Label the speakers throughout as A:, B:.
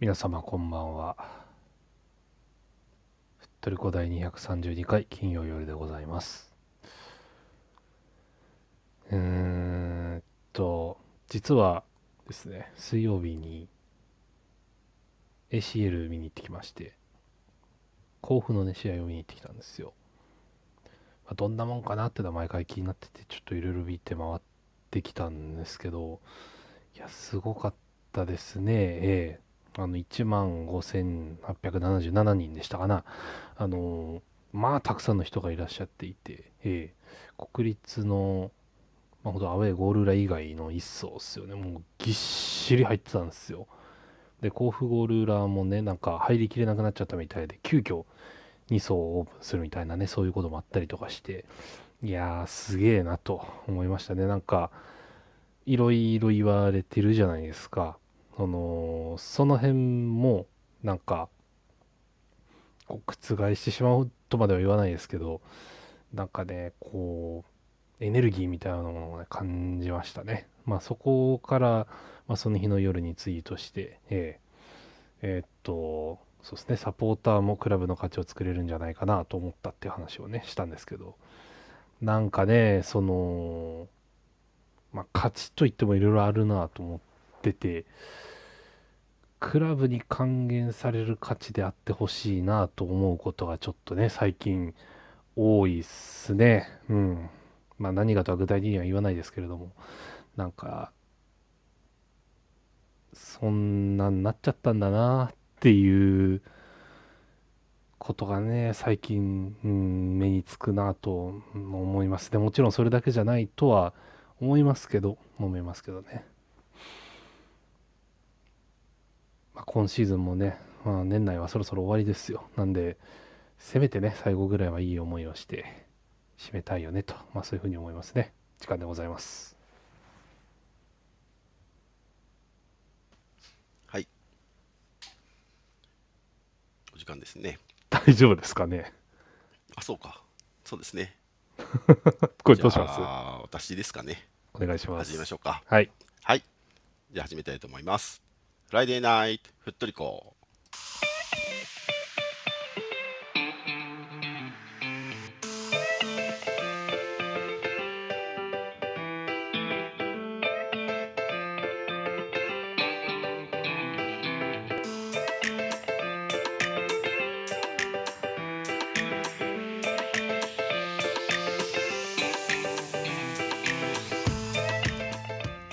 A: 皆様こんばんは。ふっとりこ第232回金曜夜でございます。うーんと、実はですね、水曜日に ACL 見に行ってきまして、甲府のね、試合を見に行ってきたんですよ。まあどんなもんかなってのは毎回気になってて、ちょっといろいろ見て回ってきたんですけど、いや、すごかったですね。ええあの1万5877人でしたかな。あのまあたくさんの人がいらっしゃっていて、ええ国立の、まあ、ほんとアウェーゴール裏以外の一層ですよね。もうぎっしり入ってたんですよ。で、甲府ゴール裏もね、なんか入りきれなくなっちゃったみたいで、急遽2層オープンするみたいなね、そういうこともあったりとかして、いやー、すげえなと思いましたね。なんか、いろいろ言われてるじゃないですか。そのその辺もなんかこう覆してしまうとまでは言わないですけどなんかねこうエネルギーみたいなものを、ね、感じましたねまあそこから、まあ、その日の夜にツイートしてえええーっとそうですねサポーターもクラブの価値を作れるんじゃないかなと思ったっていう話をねしたんですけどなんかねそのまあ価値といってもいろいろあるなと思っててクラブに還元される価値であってほしいなと思うことがちょっとね最近多いっすねうんまあ何がとは具体的には言わないですけれどもなんかそんなんなっちゃったんだなっていうことがね最近、うん、目につくなとうん思いますでもちろんそれだけじゃないとは思いますけど思いますけどねまあ、今シーズンもね、まあ、年内はそろそろ終わりですよ。なんで、せめてね、最後ぐらいはいい思いをして、締めたいよねと、まあ、そういうふうに思いますね。時間でございます。
B: お時間ですね。
A: 大丈夫ですかね。
B: あ、そうか。そうですね。
A: これどうしま
B: じゃ
A: す
B: あ私ですかね。
A: お願いします。
B: 始めましょうか。
A: はい。
B: はい。じゃあ始めたいと思います。フライデーナイト、ふっとりこ。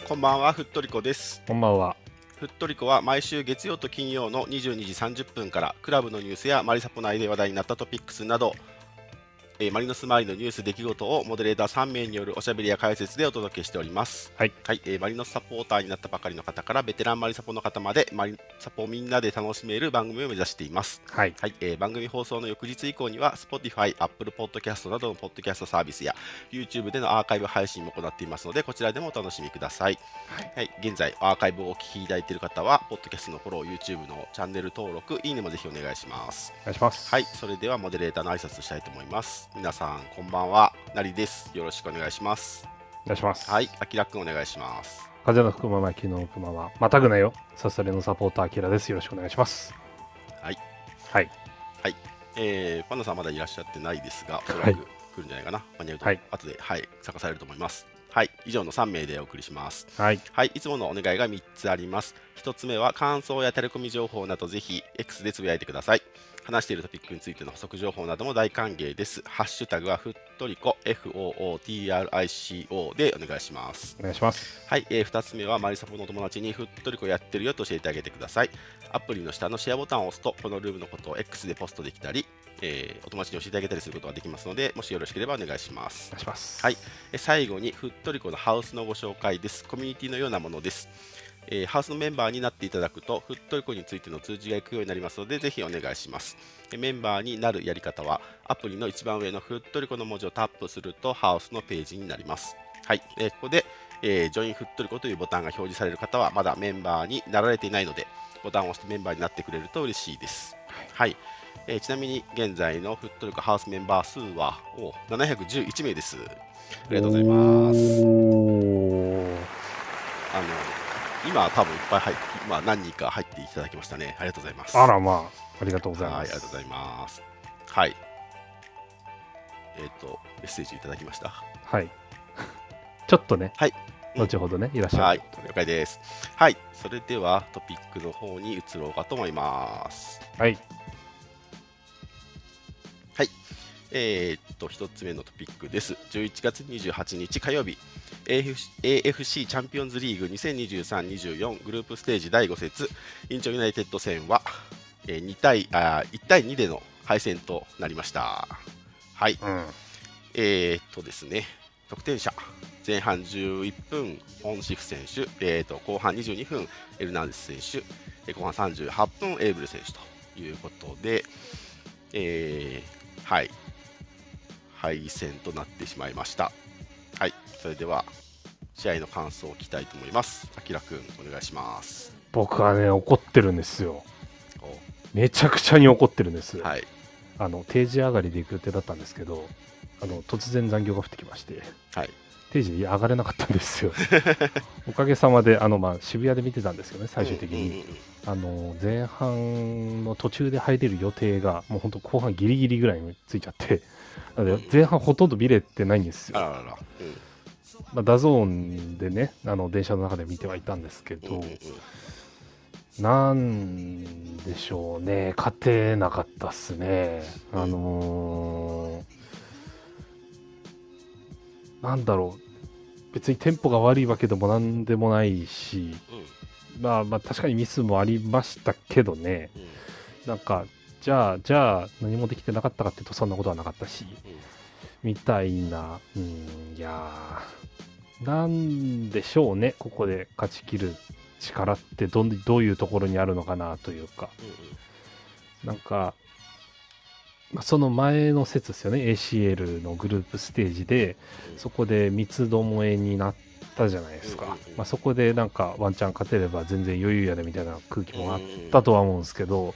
B: こんばんは、ふっとりこです。
A: こんばんは。
B: ふっとりこは毎週月曜と金曜の22時30分からクラブのニュースやマリサポ内で話題になったトピックスなど、えーマリノス周りのニュース出来事をモデレーター3名によるおしゃべりや解説でお届けしております。
A: はい、
B: えーマリノスサポーターになったばかりの方からベテランマリサポの方までマリサポみんなで楽しめる番組を目指しています。
A: はい。
B: はい、えー番組放送の翌日以降には Spotify、Apple Podcast などのポッドキャストサービスや YouTube でのアーカイブ配信も行っていますのでこちらでもお楽しみください、
A: はい
B: はい、現在アーカイブをお聞きいただいている方はポッドキャストのフォロー YouTube のチャンネル登録いいねもぜひお願いします
A: お願いします。
B: はいそれではモデレーターの挨拶したいと思います皆さんこんばんはなりですよろしくお願いします
A: お願いします。
B: はいあきらくんお願いします
A: 風の吹くまま、昨日のくまま。またぐなよ。さされのサポーター、アキラです。よろしくお願いします。
B: はい。
A: はい。
B: えー、パンダさんまだいらっしゃってないですが、おそら
A: はい
B: く来るんじゃないかな、間に合うと、
A: はい
B: 後で、はい、探されると思います。はい、以上の3名でお送りします。
A: はい。
B: はい、いつものお願いが3つあります。1つ目は感想やタレコミ情報などぜひ X でつぶやいてください。話しているトピックについての補足情報なども大歓迎です。ハッシュタグはふっとりこ FOOTRICO でお願いします。
A: お願いします。
B: はい、えー、2つ目はマリサポの友達にふっとりこやってるよと教えてあげてください。アプリの下のシェアボタンを押すと、このルームのことを X でポストできたり、えーお友達に教えてあげたりすることができますので、もしよろしければお願いしま
A: お
B: す。
A: 願いします。
B: はい。えー最後に、ふっとりこのハウスのご紹介です。コミュニティのようなものです。えーハウスのメンバーになっていただくと、ふっとりこについての通知がいくようになりますので、ぜひお願いします。えーメンバーになるやり方は、アプリの一番上のふっとりこの文字をタップすると、ハウスのページになります。はい、えーここで、えージョインフットリコというボタンが表示される方はまだメンバーになられていないのでボタンを押してメンバーになってくれると嬉しいです、はいえーちなみに現在のフットリコハウスメンバー数はお711名ですありがとうございます
A: おー
B: あの今は多分いっぱい入って、まあ、何人か入っていただきましたね。ありがとうございます。
A: あらまあ、ありがとうござい
B: はい、あ
A: ま
B: りがとうご
A: す。
B: ざいます。はい。えっ、と、メッセージいただきました。
A: はい。 ちょっとね、
B: はい
A: 後ほどね、いらっしゃ
B: はい
A: る。、
B: 了解です。はい、それではトピックの方に移ろうかと思います。
A: はい。
B: えーっと、1つ目のトピックです。11月28日火曜日、AFC, AFC チャンピオンズリーグ2023-24グループステージ第5節、インチョンユナイテッド戦は、えー2対あー1対2での敗戦となりました。はい、
A: うん。
B: えーっとですね、得点者、前半11分、オンシフ選手、えーっと後半22分、エルナンデス選手、えー後半38分、エーブル選手ということで、えーはい、敗戦となってしまいました。はい、それでは、試合の感想を聞きたいと思います。あきらくん、お願いします。
A: 僕はね、怒ってるんですよ。
B: お
A: めちゃくちゃに怒ってるんです。
B: はい、
A: あの定時上がりで行く予定だったんですけどあの突然残業が降ってきまして
B: はい、
A: 定時に上がれなかったんです よおかげさまであの、まあ、渋谷で見てたんですけどね最終的に、
B: うんうんうん
A: あの前半の途中で入れる予定がもう本当後半ギリギリぐらいについちゃってなので前半ほとんど見れてないんです
B: あ
A: よ、
B: ららら、うん
A: まあ、ダゾーンでねあの電車の中で見てはいたんですけ
B: うん
A: ど
B: うんうん
A: なんでしょうね、勝てなかったっすね。あのーなんだろう、別にテンポが悪いわけでもなんでもないし、
B: うん
A: まあまあ確かにミスもありましたけどね、
B: うん
A: なんか、じゃあ、じゃあ何もできてなかったかっていうとそんなことはなかったし、
B: うん
A: みたいな、うん、いやーなんでしょうね、ここで勝ち切る力ってどんどういうところにあるのかなというか、
B: うんうん
A: なんか、まあその前の説ですよね、ACL のグループステージで、そこで三つどもえになったじゃないです
B: うんう
A: か
B: んうん、
A: まあ、そこでなんかワンチャン勝てれば全然余裕やでみたいな空気もあっ
B: だ
A: たとは思うんですけど、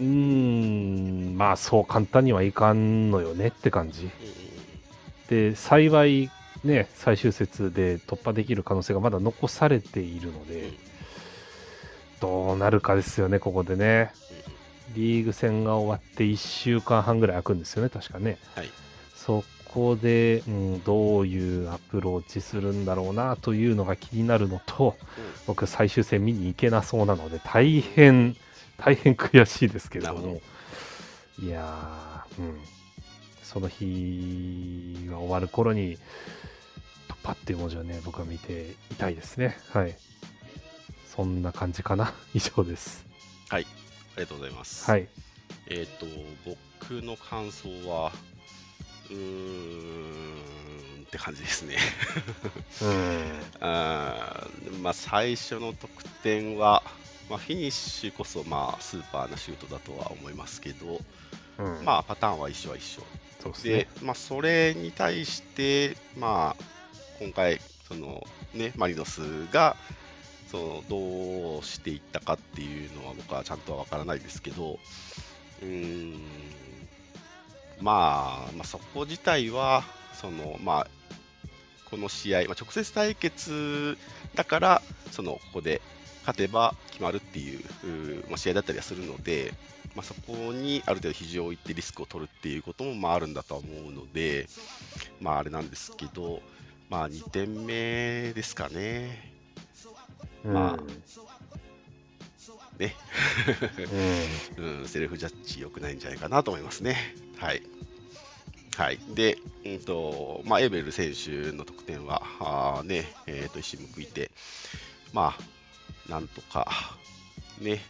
A: うーん、まあそう簡単にはいかんのよねって感じ。で幸いね最終節で突破できる可能性がまだ残されているので、
B: うん
A: どうなるかですよねここでねリーグ戦が終わって1週間半ぐらい空くんですよね確かね、
B: はい
A: そこで、うん、どういうアプローチするんだろうなというのが気になるのと僕最終戦見に行けなそうなので大変大変悔しいですけれど
B: なるほ
A: もいやー、うん、その日が終わる頃に突破っていう文字をね僕は見ていたいですねはいそんな感じかな以上です
B: ありがとうございます。
A: はい
B: えっ、と、僕の感想は、うーんって感じですね。
A: うん
B: あーまあ、最初の得点は、まあ、フィニッシュこそ、まあ、スーパーなシュートだとは思いますけど、
A: うん
B: まあ、パターンは一緒は一緒。
A: そうですね
B: で、まあ、それに対して、まあ、今回その、ね、マリノスがそのどうしていったかっていうのは僕はちゃんとは分からないですけどうーん、まあ、まあそこ自体はその、まあ、この試合、まあ、直接対決だからそのここで勝てば決まるっていううー、まあ、試合だったりはするので、まあ、そこにある程度肘を置いてリスクを取るっていうこともまああるんだとは思うので、まあ、あれなんですけど、まあ、2点目ですかね。まあねうん、セルフジャッジ良くないんじゃないかなと思いますね。はい。はい、で、うんとまあ、エーベル選手の得点は、あーね、えー、と一矢報いて、まあ、なんとか、ね、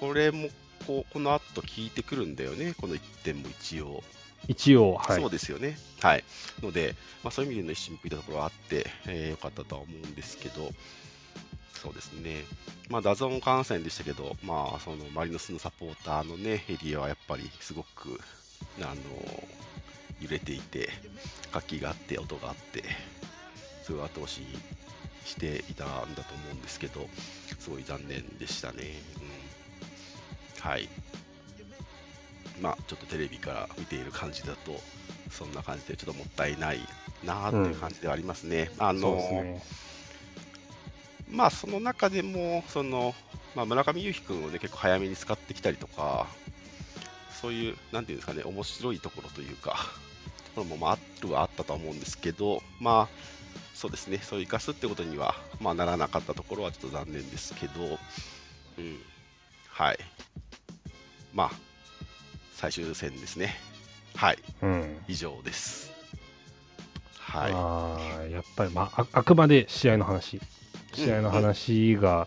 B: これもこうこの後効いてくるんだよね、この1点も一応。
A: 一応はい
B: そうですよね。はい。ので、まあ、そういう意味での一心報いたところはあって、えーよかったとは思うんですけど、そうですね。まあ、ダゾーン観戦でしたけど、まあ、そのマリノスのサポーターのね、エリアはやっぱりすごく、あの揺れていて、活気があって、音があって、すごい後押ししていたんだと思うんですけど、すごい残念でしたね。うん、はい。まあ、ちょっとテレビから見ている感じだと、そんな感じでちょっともったいないなあっていう感じではありますね。あ
A: そう
B: の
A: ですね
B: まあその中でもその、まあ、村上裕く君をね結構早めに使ってきたりとかそういうなんていうんですかね面白いところというかところもまああるはあったとは思うんですけどまあそうですねそう生かすってことにはまあならなかったところはちょっと残念ですけどうんはいまあ最終戦ですねはい
A: うん。
B: 以上ですはい
A: あーやっぱり、まあ、ああくまで試合の話試合の話が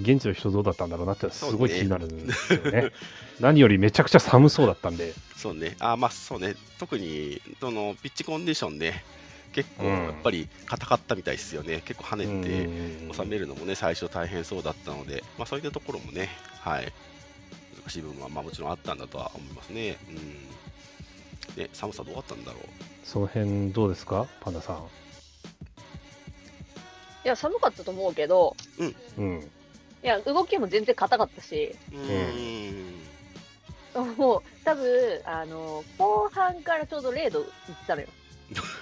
A: 現地の人どうだったんだろうなってすごい気になるんですよね 何よりめちゃくちゃ寒そうだったんで
B: そうね、あまあそうね、特にそのピッチコンディションね、結構
A: うん
B: やっぱり硬かったみたいですよね、結構跳
A: うん
B: ねて収めるのもね、最初大変そうだったので、まあ、そういったところもね、はい、難しい部分はまあもちろんあったんだとは思いますね。うん、ね寒さどうだったんだろう。
A: その辺どうですかパンダさん
C: いや、寒かったと思うけど、
A: うん
C: いや、動きも全然硬かったし、
B: う
A: え
B: ん、
C: もう、多分、あの、後半からちょうど0度行ったのよ。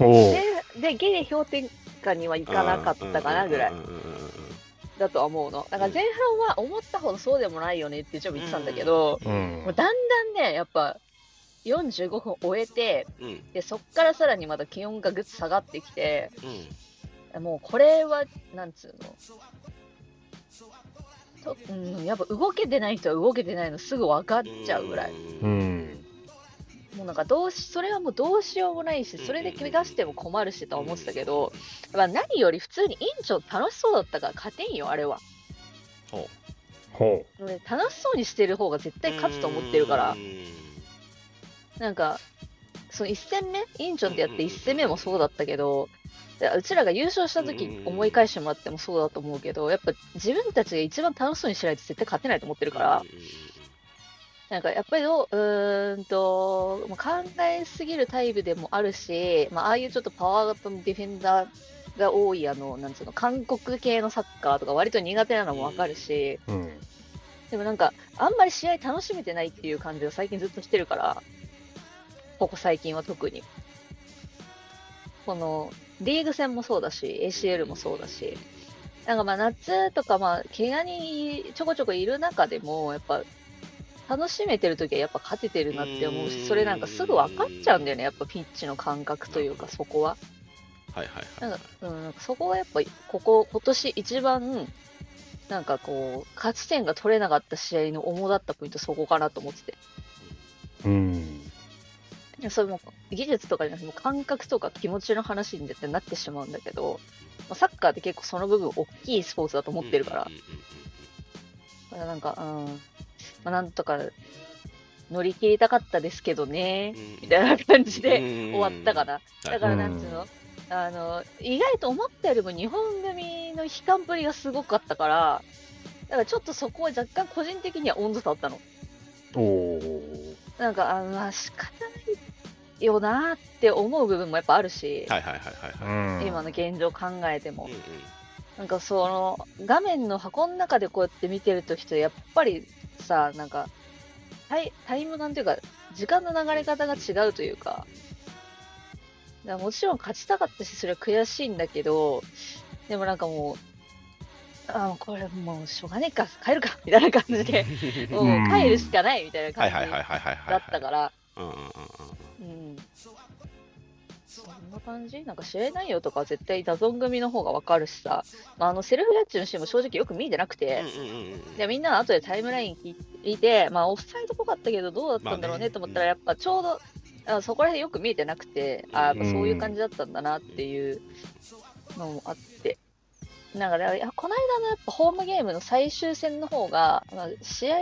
A: おー
C: で、でギリ氷点下には行かなかったかなぐらい
B: うんうんうんうんうん
C: だとは思うの。だから前半は思ったほどそうでもないよねってちょっと言ってたんだけど、
A: うん
C: もうだんだんね、やっぱ、45分終えて、
B: うんうん
C: でそっからさらにまた気温がぐっと下がってきて、
B: うん
C: もうこれは、なんつうのと、うん、やっぱ動けてない人は動けてないのすぐ分かっちゃうぐらい、
A: う
B: うん
A: ん
C: もうなんかどうし、それはもうどうしようもないし、それで怪我しても困るしとは思ってたけど、まあ、何より普通に院長楽しそうだったから勝てんよ、あれは。
B: ほ
A: ほう
C: 俺楽しそうにしてる方が絶
B: う
C: 対勝つと思ってるから
B: う、ん
C: なんか、その1戦目、インチョンでやっ
B: うんうん
C: て
B: うん
C: 1戦目もそうだったけど、いやうちらが優勝した
B: うんうんう
C: 時
B: ん
C: 思い返してもらってもそうだと思うけど、やっぱ自分たちが一番楽しそうにしないと絶対勝てないと思ってるから
B: うん、うんうん
C: なんかやっぱりどううーんと、まあ考えすぎるタイプでもあるし、まあ、ああいうちょっとパワーアップのディフェンダーが多い、あの、なんつうの、韓国系のサッカーとか割と苦手なのもわかるし、
A: うん
C: でもなんか、あんまり試合楽しめてないっていう感じを最近ずっとしてるから、ここ最近は特に。この、リーグ戦もそうだし、ACL もそうだし、なんかまあ夏とかまあ、怪我にちょこちょこいる中でも、やっぱ、楽しめてる時はやっぱ勝ててるなって思う
B: うー
C: し、
B: ん
C: それなんかすぐ分かっちゃうんだよね、やっぱピッチの感覚というか、そこは。
B: はいはいはい
C: なんか、うん、なんかそこはやっぱ、ここ、今年一番、なんかこう、勝ち点が取れなかった試合の主だったポイント、そこかなと思ってて
A: うん
C: いや、それも技術とかじゃなくて、もう感覚とか気持ちの話に絶対なってしまうんだけど、まあ、サッカーって結構その部分、大きいスポーツだと思ってるから、
B: うんうんうんうんうん
C: だからなんか、うん、まあ、なんとか乗り切りたかったですけどね、みたいな感じで
B: 終
C: 終わったか。な。
B: うん
C: だからなんつうの、あの意外と思ったよりも日本組の悲観ぶりがすごかったから、だからちょっとそこは若干個人的には温度差あったの。
A: おお
C: なんか、あのまあ仕方ないよなって思う部分もやっぱあるし、
B: はいはいはいはいは
C: 今の現状考えても
B: い。うん。うん
C: なんかその画面の箱の中でこうやって見てると人やっぱりさなんかタイタイム感というか時間の流れ方が違うというかだからもちろん勝ちたかったしそれは悔しいんだけどでもなんかもうあこれもうしょうがねえか帰るかみたいな感じでもう帰るしかないみたいな
B: は
C: 感
B: い
C: じ
B: はいはい
C: だ
B: はいはいはい。。
C: ったからら
B: うんうんうん
C: うんそんな感じなんか試合内容とかは絶対ダゾン組の方がわかるしさ、まあ、あのセルフジャッジのシーンも正直よく見えてなくて、
B: うんうんうんうん。
C: でみんなの後でタイムライン聞いて、まあ、オフサイドっぽかったけど、どうだったんだろ
B: ま
C: う
B: あ
C: ね
B: ね
C: と思ったら、やっぱちょうど、あそこら辺よく見えてなくて、あやっぱそういう感じだったんだなっていうのもあって、なんかねいやこの間のやっぱホームゲームの最終戦の方が、まあ、試合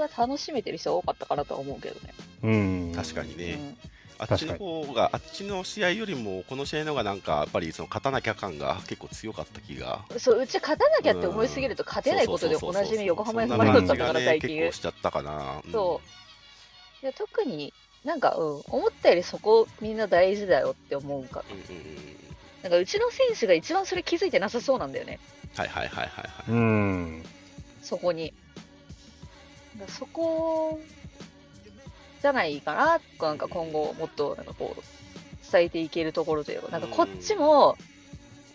C: は楽しめてる人が多かったかなとは思うけどね。
A: うん
B: 確かに
C: う
B: ね、
C: ん
B: あっちの方が、あっちの試合よりも、この試合の方がなんか、やっぱりその勝たなきゃ感が結構強かった気が。
C: そううち勝たなきゃって思いすぎると勝てないことでおなじみ横浜 F ・マリノスだったから最
B: 結
C: 近
B: 構しちゃったかな。
C: いや特になんか、うん、思ったよりそこみんな大事だよって思うから
B: うん。うんうんうん。
C: なんかうちの選手が一番それ気づいてなさそうなんだよね、
B: はいはいはいはいはい。
A: うん
C: そこに。だからそこじゃないかな、なんか今後もっとなんかこう伝えていけるところというか、なんかこっちも、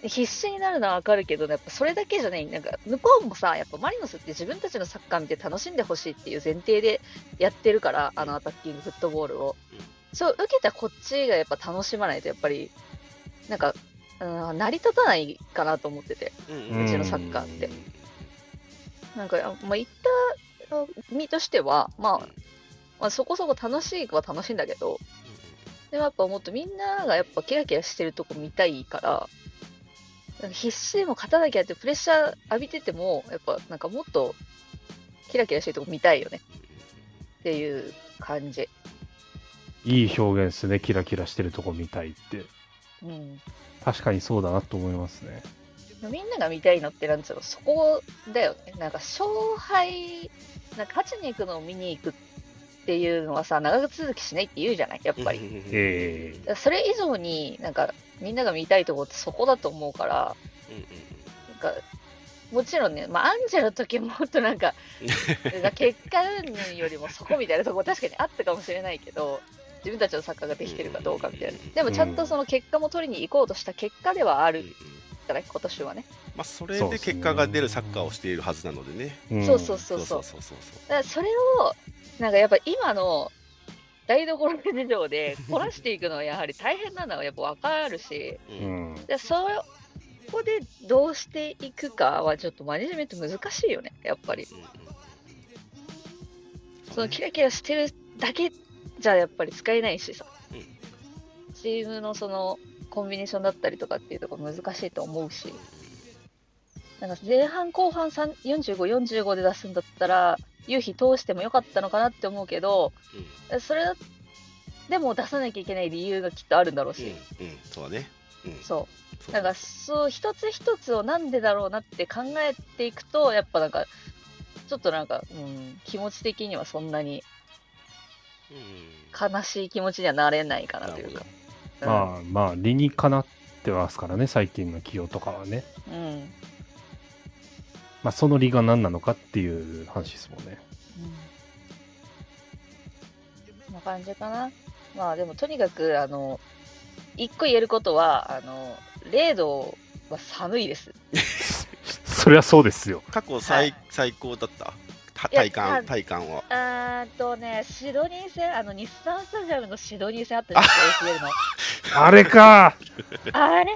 C: 必死になるのはわかるけど、やっぱそれだけじゃない、なんか向こうもさ、やっぱマリノスって自分たちのサッカー見て楽しんでほしいっていう前提でやってるから、あのアタッキングフットボールを
B: うん。
C: そう受けたこっちがやっぱ楽しまないと、やっぱり、なんか、うん、成り立たないかなと思ってて、
B: うん
A: うちのサ
C: ッカーってなんか、あまあ、行ったあ身としては、まあ、まあ、そこそこ楽しいは楽しいんだけど、でもやっぱもっとみんながやっぱキラキラしてるとこ見たいから、なんか必死でも勝たなきゃってプレッシャー浴びてても、やっぱなんかもっとキラキラしてるとこ見たいよねっていう感じ。
A: いい表現ですね、キラキラしてるとこ見たいって。
C: うん、
A: 確かにそうだなと思いますね。
C: みんなが見たいのってなんつうの、そこだよね。なんか勝敗、なんか勝ちに行くのを見に行くっていうのはさ、長続きしないって言うじゃない、やっぱり。
A: え
C: だからそれ以上になんかみんなが見たいとこってそこだと思うから、なんかもちろんね、まあ、アンジェロの時もっとなん か結果云よりもそこみたいなとこ確かにあったかもしれないけど自分たちのサッカーができてるかどうかみたいなでもちゃんとその結果も取りに行こうとした結果ではあるから今年はね、
B: まあそれで結果が出るサッカーをしているはずなのでね。
A: え
C: そうそうそうそう
B: そうそうそう
C: だからそれをなんかやっぱ今の台所の事情でこなしていくのはやはり大変なのはやっぱ分かるし
B: そう。
A: う
B: うん
A: ん。
C: でそこでどうしていくかはちょっとマネジメント難しいよねやっぱりそのキラキラしてるだけじゃやっぱり使えないしさ、
B: うん
C: チームのそのコンビネーションだったりとかっていうとこ難しいと思うしなんか前半後半4545で出すんだったら夕日通してもよかったのかなって思うけどそれでも出さなきゃいけない理由がきっとあるんだろうし、
B: うんうんそうだね。うん
C: そうなんかそう一つ一つをなんでだろうなって考えていくとやっぱなんかちょっとなんか、うん、気持ち的にはそんなに悲しい気持ちにはなれないかなというか。うん
A: まあまあ、理にかなってますからね、最近の起用とかはね。
C: うんうん
A: まあ、その理が何なのかっていう話ですもんね。
C: こんな感じかな。まあでもとにかくあの一個言えることはあの0度は寒いです。
A: そりゃそうですよ。
B: 過去最最高だった。た体
C: いや
B: 感体感は。
C: あーっとねシドニー戦あの日産スタジアムのシドニー戦あったじゃ ないですか ACL の。
A: あれか
C: あれあれ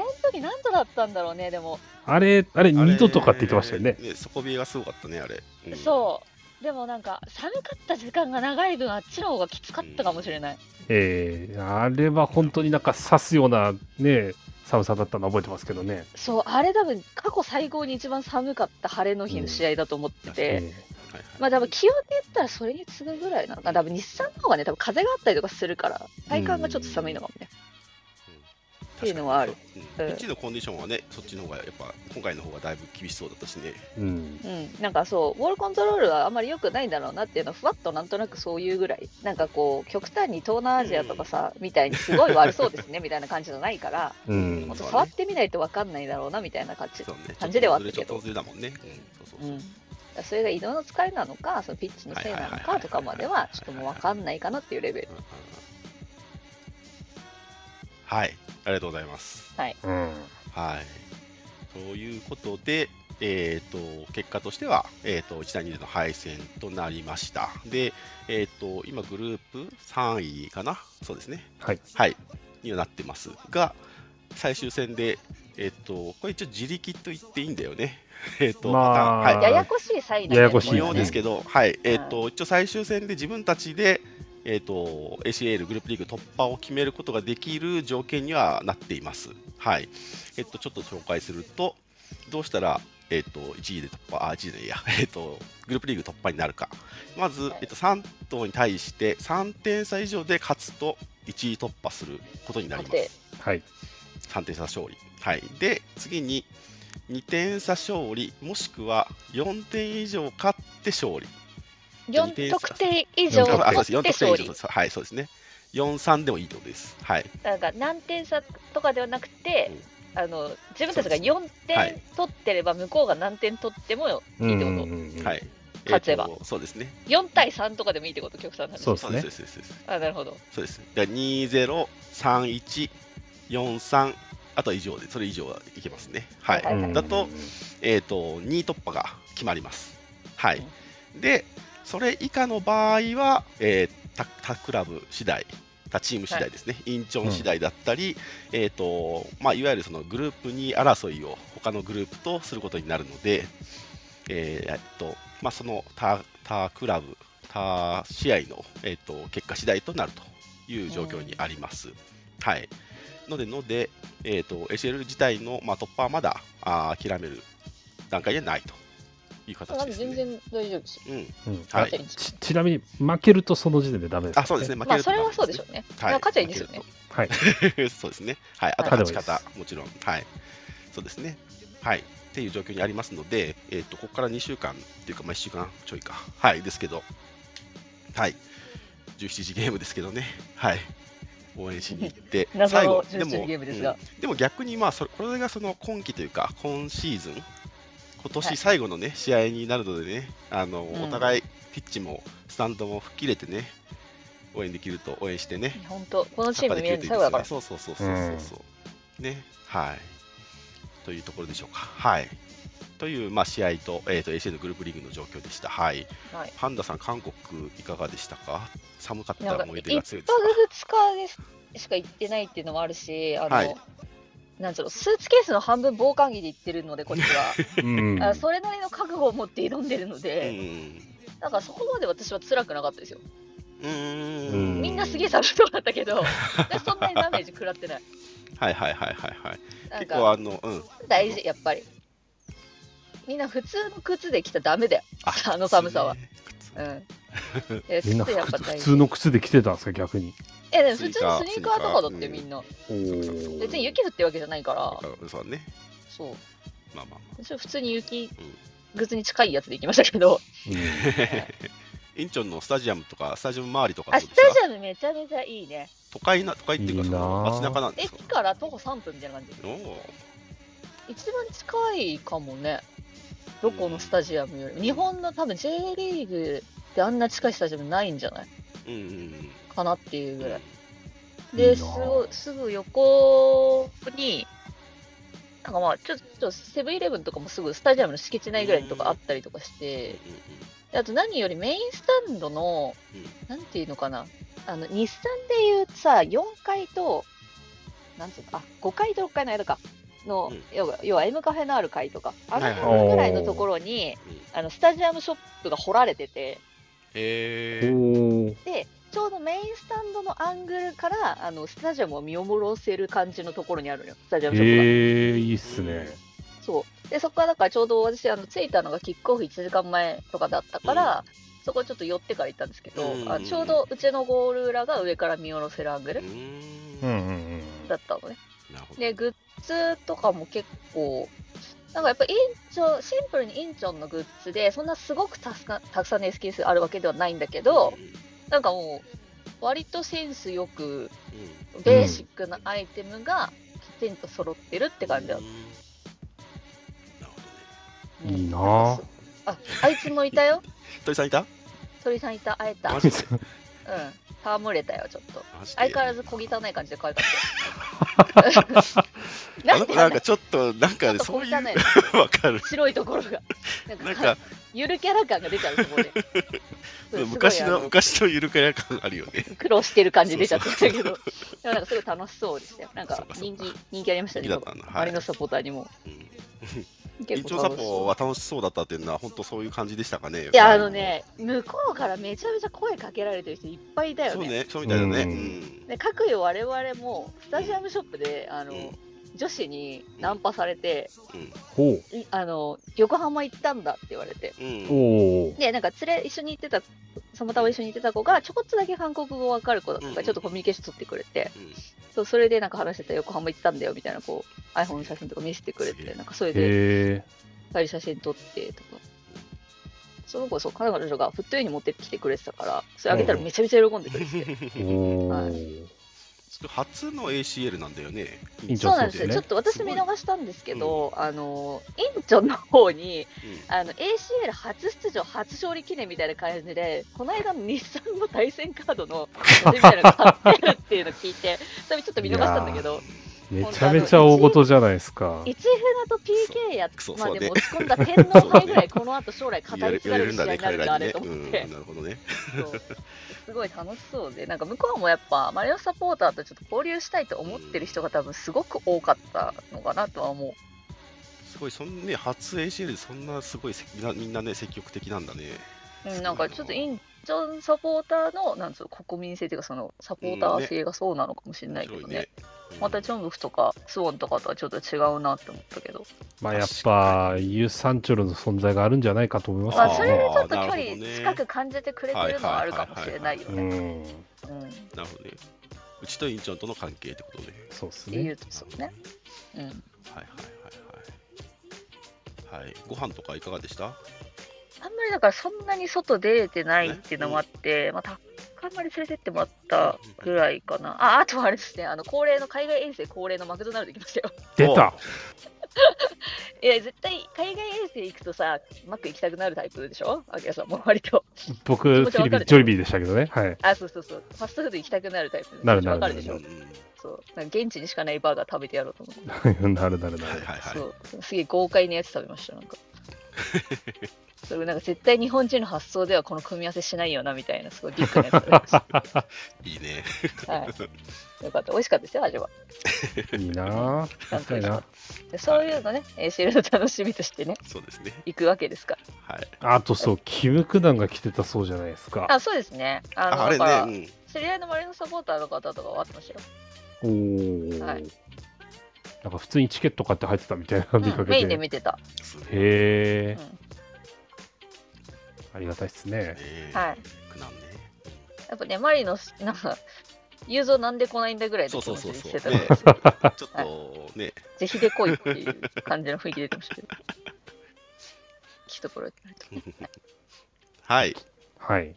C: の時何度だったんだろうねでも。
A: あれ、あれ、
B: あれ
A: 2度とかって言ってましたよね。。
B: 底冷えがすごかったねあれ。うん
C: そう。でもなんか寒かった時間が長い分あっちの方がきつかったかもしれない。
A: ええあれは本当になんか刺すようなね、寒さだったの覚えてますけどね。
C: そう、あれ多分過去最高に一番寒かった晴れの日の試合だと思ってて、
A: え
B: はいはい
C: まあ多分気温で言ったらそれに次ぐぐらいなのかな。多分日産の方がね、多分風があったりとかするから、体感がちょっと寒いのかもね。っていうのはある
B: 確
C: う
B: か
C: ん
B: に。うん、1のコンディションはね、そっちの方がやっぱ今回の方がだいぶ厳しそうだったしね。
A: えうん。
C: うん、なんかそう、ボールコントロールはあんまり良くないんだろうなっていうのは、ふわっとなんとなくそういうぐらい、なんかこう、極端に東南アジアとかさ、みたいにすごい悪そうですねみたいな感じじゃないから、
A: うん
C: もっと
B: そうだね
C: 触ってみないと分かんないだろうなみたいな感じ。
B: そうね。
C: 感じではあったけど
B: ちょっとずれだもんね。うん、そうそう
C: う、
B: そうん
C: だからそれが移動の疲れなのか、そのピッチのせいなのかとかまでは、ちょっともう分かんないかなっていうレベル。
B: うんうんうんはい、ありがとうございます。
A: うん。
B: はい。ということで、えー、と結果としては、えー、と1対2での敗戦となりました。で、えー、と今、グループ3位かな、そうですね、
A: はい。
B: はい、にはなってますが、最終戦で、えー、とこれ一応、自力と言っていいんだよね。 えーと
A: まあ
B: パターンはい
C: ややこしいサイン
A: ややこしいね
B: 模様ですけど、はいえー、
C: は
B: と一応最終戦で自分たちで、えー、と ACL グループリーグ突破を決めることができる条件にはなっています。はいえっと、ちょっと紹介すると、どうしたら、えっと、1位で突破、あ、1位でいや、 えっと、グループリーグ突破になるか。まず
C: はい、
B: えっと、3頭に対して3点差以上で勝つと1位突破することになりま
C: 確定
B: す。
A: はい。
B: 3点差勝利。はい、で、次に2点差勝利、もしくは4点以上勝って勝利。
C: 4得点以上
A: 四得点
B: あそうです4得点以
C: 勝って勝
B: 上
C: 利
B: で。す。はい、そうですね。4、3でもいいってことです。はい。
C: なんか何点差とかではなくて、あの自分たちが4
B: はい
C: 点取ってれば、向こうが何点取ってもいいってこと、
A: と
B: はい。
C: 勝てば
B: えっとそうですね。
C: 4対3とかでもいいってこと、極端な話
A: そうです
B: そうで
A: ね
B: す。。そうです。そうです
C: あなるほど。
B: そうです。だから203143あとは以上で、それ以上はいけますね。はい。
C: はいはい
B: だと、えー、と2位突破が決まります。はい、でそれ以下の場合は、えー他他クラブ次第他チーム次第ですね、インチョン次第だったり、えーとまあ、いわゆるそのグループ2争いを他のグループとすることになるので、えーえっとまあ、その他他クラブ他試合の、えー、と結果次第となるという状況にあります。はいので、ので、えー、と ACL 自体の、まあ、突破はまだあー諦める段階ではないという形
C: なん
B: で
C: です全
B: ね。
C: 然大丈夫ですよ。
B: うん、
A: うん
B: はい
A: あちちなみに負けるとその時点でダメです、
B: あそうですね、。負け
C: まあ、
B: ると
C: それ
B: ダメ
C: は
B: ですね
C: そうでしょうね。
B: はい、
C: 勝ちゃいいですよね、
B: 負
A: はい。
B: けると そうですね、はい、あと
A: はい
B: 勝ち方、もちろん、はい、そうですね、はい、っていう状況にありますので、えっとここから2週間っていうか、まあ、1週間ちょいか、はい、ですけど、はい、17時ゲームですけどね、はい、応援しに行って
C: 謎
B: 最
C: の
B: 後、
C: 17時ゲームですが
B: うんでも逆に、まあそれ、これがその今季というか、今シーズン、今
C: はい
B: 年最後のね、試合になるのでね、あの
C: うん
B: お互い、ピッチもスタンドも吹っ切れてね、応援できると応援してね、
C: 本当、このチ
B: サッ
C: ー
B: カー
C: ム
B: で
C: 見
B: きる
C: える
B: とい
C: の
B: い
C: 最
B: ですよ
C: 後だか
B: ね。
C: ら。
B: そうそうそうそうそうそう。ね、はい。というところでしょうか。はい。という、まあ、試合と,、えー、と ACL グループリーグの状況でした。はい。
C: はい
B: パンダさん、韓国いかがでしたか寒かっ
C: な
B: た
C: んか
B: 思い出
C: 1
B: が
C: 泊
B: 強
C: 2
B: いですか
C: 日でしか行ってないっていうのもあるし、あの、
B: はい
C: なんつうの、スーツケースの半分防寒着で行ってるので、こっちは。
A: うん。
C: あそれなりの覚悟を持って挑んでるの
B: う
C: で、
B: ん
C: なんかそこまで私は辛くなかったですよ。
B: うー。
A: うん
C: みんなすげえ寒そうだったけど、私そんなにダメージ食らっ てない。
B: はいはいはいはいはい。
C: なん
B: 結構
C: か
B: あの、うん。
C: 大事、やっぱり。みんな普通の靴で着たらダメだよ。 あの寒さは
B: 靴ね。
C: うん。え
A: みんな
C: 靴やっぱ
A: 普
C: 大
A: 通
C: 事。
A: の靴で着てたんですか、逆に。
C: え、でも普通の
B: ス
C: ス
B: ニ
C: ニ
B: ー
C: ー
B: カ
C: カ
B: ー
C: ーとかだって
B: うん
C: みんな。
A: お
B: ー
C: 別に雪降ってるわけじゃないから、
B: 靴そうだね。
C: そう。
B: まあまあまあ。
C: 私は普通に雪靴に近いやつで行きましたけど、
B: インチョンのスタジアムとか、スタジアム周りとか
C: あ
B: ど
C: ス
B: うで
C: タ
B: した
C: ジアムめちゃめちゃいいね。
B: 都会な、都会っていうか、その
A: いいなあ
B: 街中なんですか
C: 駅から徒歩3分みたいな感じ。
B: おー
C: 一番近いかもね。どこのスタジアムよりも。日本の多分 J リーグであんな近いスタジアムないんじゃない
B: うんうんうん。
C: かなっていうぐ
A: いい
C: らい。
A: な
C: で、すごいすぐ横に、なんかまあ、ちょっとセブンイレブンとかもすぐスタジアムの敷地内ぐらいのとかあったりとかして、であと何よりメインスタンドの、なんていうのかな、あの、日産でいうさ、4階と、なんつうの、あ、5階と6階の間か、の、
B: うん
C: 要は、要は M カフェのある階とか、あ
B: はい
C: の
B: はい
C: 辺ぐらいのところに、あの、スタジアムショップが掘られてて、
B: え
A: おー
C: で、ちょうどメインスタンドのアングルから、あの、スタジアムを見おろせる感じのところにあるのよ、スタジアムショップが。
A: えー、いいっすね。
C: そう。で、そこからだからちょうど私、あの、着いたのがキックオフ1時間前とかだったから、そこちょっと寄ってから行ったんですけど、
B: うん
C: あちょうどうちのゴール裏が上から見下ろせるアングル
A: うん
B: な
A: うんうん。
C: だったのね。
B: るほど
C: で、グッズとかも結構、なんかやっぱインチョン、シンプルにインチョンのグッズで、そんなすごくたすかたくさんの SKS あるわけではないんだけど、なんかもう、割とセンスよく、
B: うんうん
C: ベーシックなアイテムがきちんと揃ってるって感じだ
B: うんなるほどね
C: うん
A: いい なぁ
C: んかすああいつもいたよ
B: 鳥さんいた
C: 鳥さんいた会えたう
B: マ
C: ん
B: ジで
C: 戯れたよちょっと
B: マジで
C: 相変わらず小汚い感じで可愛 かった
B: あ
C: よな
B: の
C: ん
B: 子
C: で
B: な
C: なん
B: か
C: んか
B: ちょっとなんかね
C: ちょっと
B: そう
C: 小
B: い
C: 汚いう
B: わかる
C: 白いところがなん か
B: なんか
C: ゆるキャラ感が出ちゃうそ こでそう
B: 昔
C: すごいあ
B: の昔のゆるキャラ感あるよ ね
C: 苦労してる感じ出ちゃってたけどでも なんかすごい楽しそうでしたよなん
B: そう
C: か
B: かそう
C: 人
B: か
C: 気人気ありましたね
B: だったのは
C: 周り
B: い
C: のサポーターにも
B: うん
C: 結
B: 一応
C: 構
B: サ
C: 楽しそう
B: ポは楽しそうだったっていうのは本当そういう感じでしたかね
C: いやあのね向こうからめちゃめちゃ声かけられてる人いっぱいいたよ
B: そう
C: ね
B: ねそうみたいだね
A: うん
B: うん
C: で各よ我々もスタジアムショップであの、
B: うん
C: 女子にナンパされて、
A: ほう。
C: いあの横浜行ったんだって言われて
B: うんうん
A: おー
C: でなんか連れ一緒に行ってたそのたま一緒に行ってた子がちょこっとだけ韓国語わかる子だったか
B: うん
C: らちょっとコミュニケーション取ってくれて、そうそれでなんか話してた横浜行ってたんだよみたいなこう iPhone の写真とか見せてくれ
B: すげえ
C: てなんかそれで
A: へ
C: 帰り写真撮ってとか。その子そう彼女がフットユーに持ってきてくれてたからそれあげたらめちゃめちゃ喜んでくれて、
A: ー。 おー。
B: 初の ACL なんだよね
A: インチョ
C: そ
A: ン
C: うなんですよ、
A: ね
C: ちょっと私見逃したんですけど、あのインチョンの方に
B: うん
C: あの ACL 初出場、初勝利記念みたいな感じで、この間の日産 の対戦カードのみたいなのが貼ってるっていうのを聞いて、それちょっと見逃したんだけど、
A: めちゃめちゃ大事じゃないですか。
C: 一船と PK やっ
B: そう
C: まあ
B: そう
C: で
B: ね
C: も落ち込んだ天皇杯ぐらいこの後将来語
B: 言われ
C: り継
B: 言わ
C: が
B: れ
C: れる
B: るん
C: 試合
B: だね、彼らに
C: になるんだ
B: ね。
C: ねと
B: う
C: 思っ
B: ん、な
C: て、
B: るほどね。
C: そうすごい楽しそうでなんか向こうもやっぱマリオサポーターとちょっと交流したいと思ってる人が多分すごく多かったのかなとは思う
B: すごい、そんね、初 ACL でそんなすごいせ、みんなみんなね、積極的なんだね。
C: う
B: そ
C: ん、
B: う
C: なんかちょっとインチョンサポーターのなんつうの国民性というかそのサポーター性がそうなのかもしれないけどね,、
B: 面白いね。
C: またチョンブクとかスウォンとかとはちょっと違うなって思ったけど
A: まあやっぱユ・サンチョルの存在があるんじゃないかと思います
C: まあ
B: ー
C: そ
A: け
C: れ
A: ど
C: で
A: ね。
C: ちょっ
B: なるほどね
C: と距離近く感じてくれてるのはあるかもしれないよ
A: う
C: ね
A: ん、
C: うんっ
B: うんなるほどね。うちと院長との関係ってことね。
A: そうです
C: てい
A: ね。
C: うとそうねうん
B: はいはいはいはい。はい、ご飯とかいかがでした
C: あんまりだからそんなに外出れてないっていうのもあって、まあ、たあんまり連れてってもらったぐらいかな。あ、あとはあれですね、あの恒例の海外遠征恒例のマクドナルド行きましたよ。
A: 出た
C: いや、絶対海外遠征行くとさ、マック行きたくなるタイプでしょアキラさんも割と。
A: 僕、
C: 気
A: フ
C: 持ち
A: ィ
C: わ
A: リ
C: か
A: ピン、
C: るでしょ
A: ジョリビーでしたけどね。はい。
C: あ、そうそうそう。ファストフード行きたくなるタイプ
A: なるなる
C: わかるでし
A: な
C: ょ
A: る
B: うんは
C: そう。なんか現地にしかないバーガー食べてやろうと思って。
A: なるなるない る。
B: はいはい。
C: そう。すげえ豪快なやつ食べました、なん か。それなんか絶対日本人の発想ではこの組み合わせしないよなみたいなすごいビッグなやつ食べました
B: いいね。
C: はい。よかった。美味しかったですよ、味は。
A: いいなぁ。
C: な
A: や
C: ん
A: っ
C: と
A: ぱ
C: な
A: り
C: く
A: な。
C: でそういうのね、えー知るの楽しみとしてね、
B: そうですね。
C: 行くわけですから。
B: はい。
A: あとそう、キムク団が来てたそうじゃないですか。
C: あ、そうですね。あの
B: ああ
C: だから、
B: れね、
C: 知り合いの周りのサポーターの方とかはあってましたよ。
A: おお。
C: はい
A: なんか普通にチケット買って入ってたみたいな見
C: う
A: か
C: んメイ
A: け
C: ンで
A: て。
C: 見てた。
B: うん。すごいね
A: へえ
C: うん。
A: ありがたいっすね。
C: はい。
B: 苦難ね。
C: やっぱね、マリの、なんか、雄三なんで来ないんだぐらい
B: そ
C: の
B: う
C: 気
B: そ
C: 持
B: うそ
C: ち
B: う
C: で
B: そ
C: し
B: う。
C: て
B: ね
C: たからですよ。
B: ちょっとね、
C: ぜひで来いっていう感じの雰囲気出て ましたけど。きっとこれ、
B: はい。
A: はい。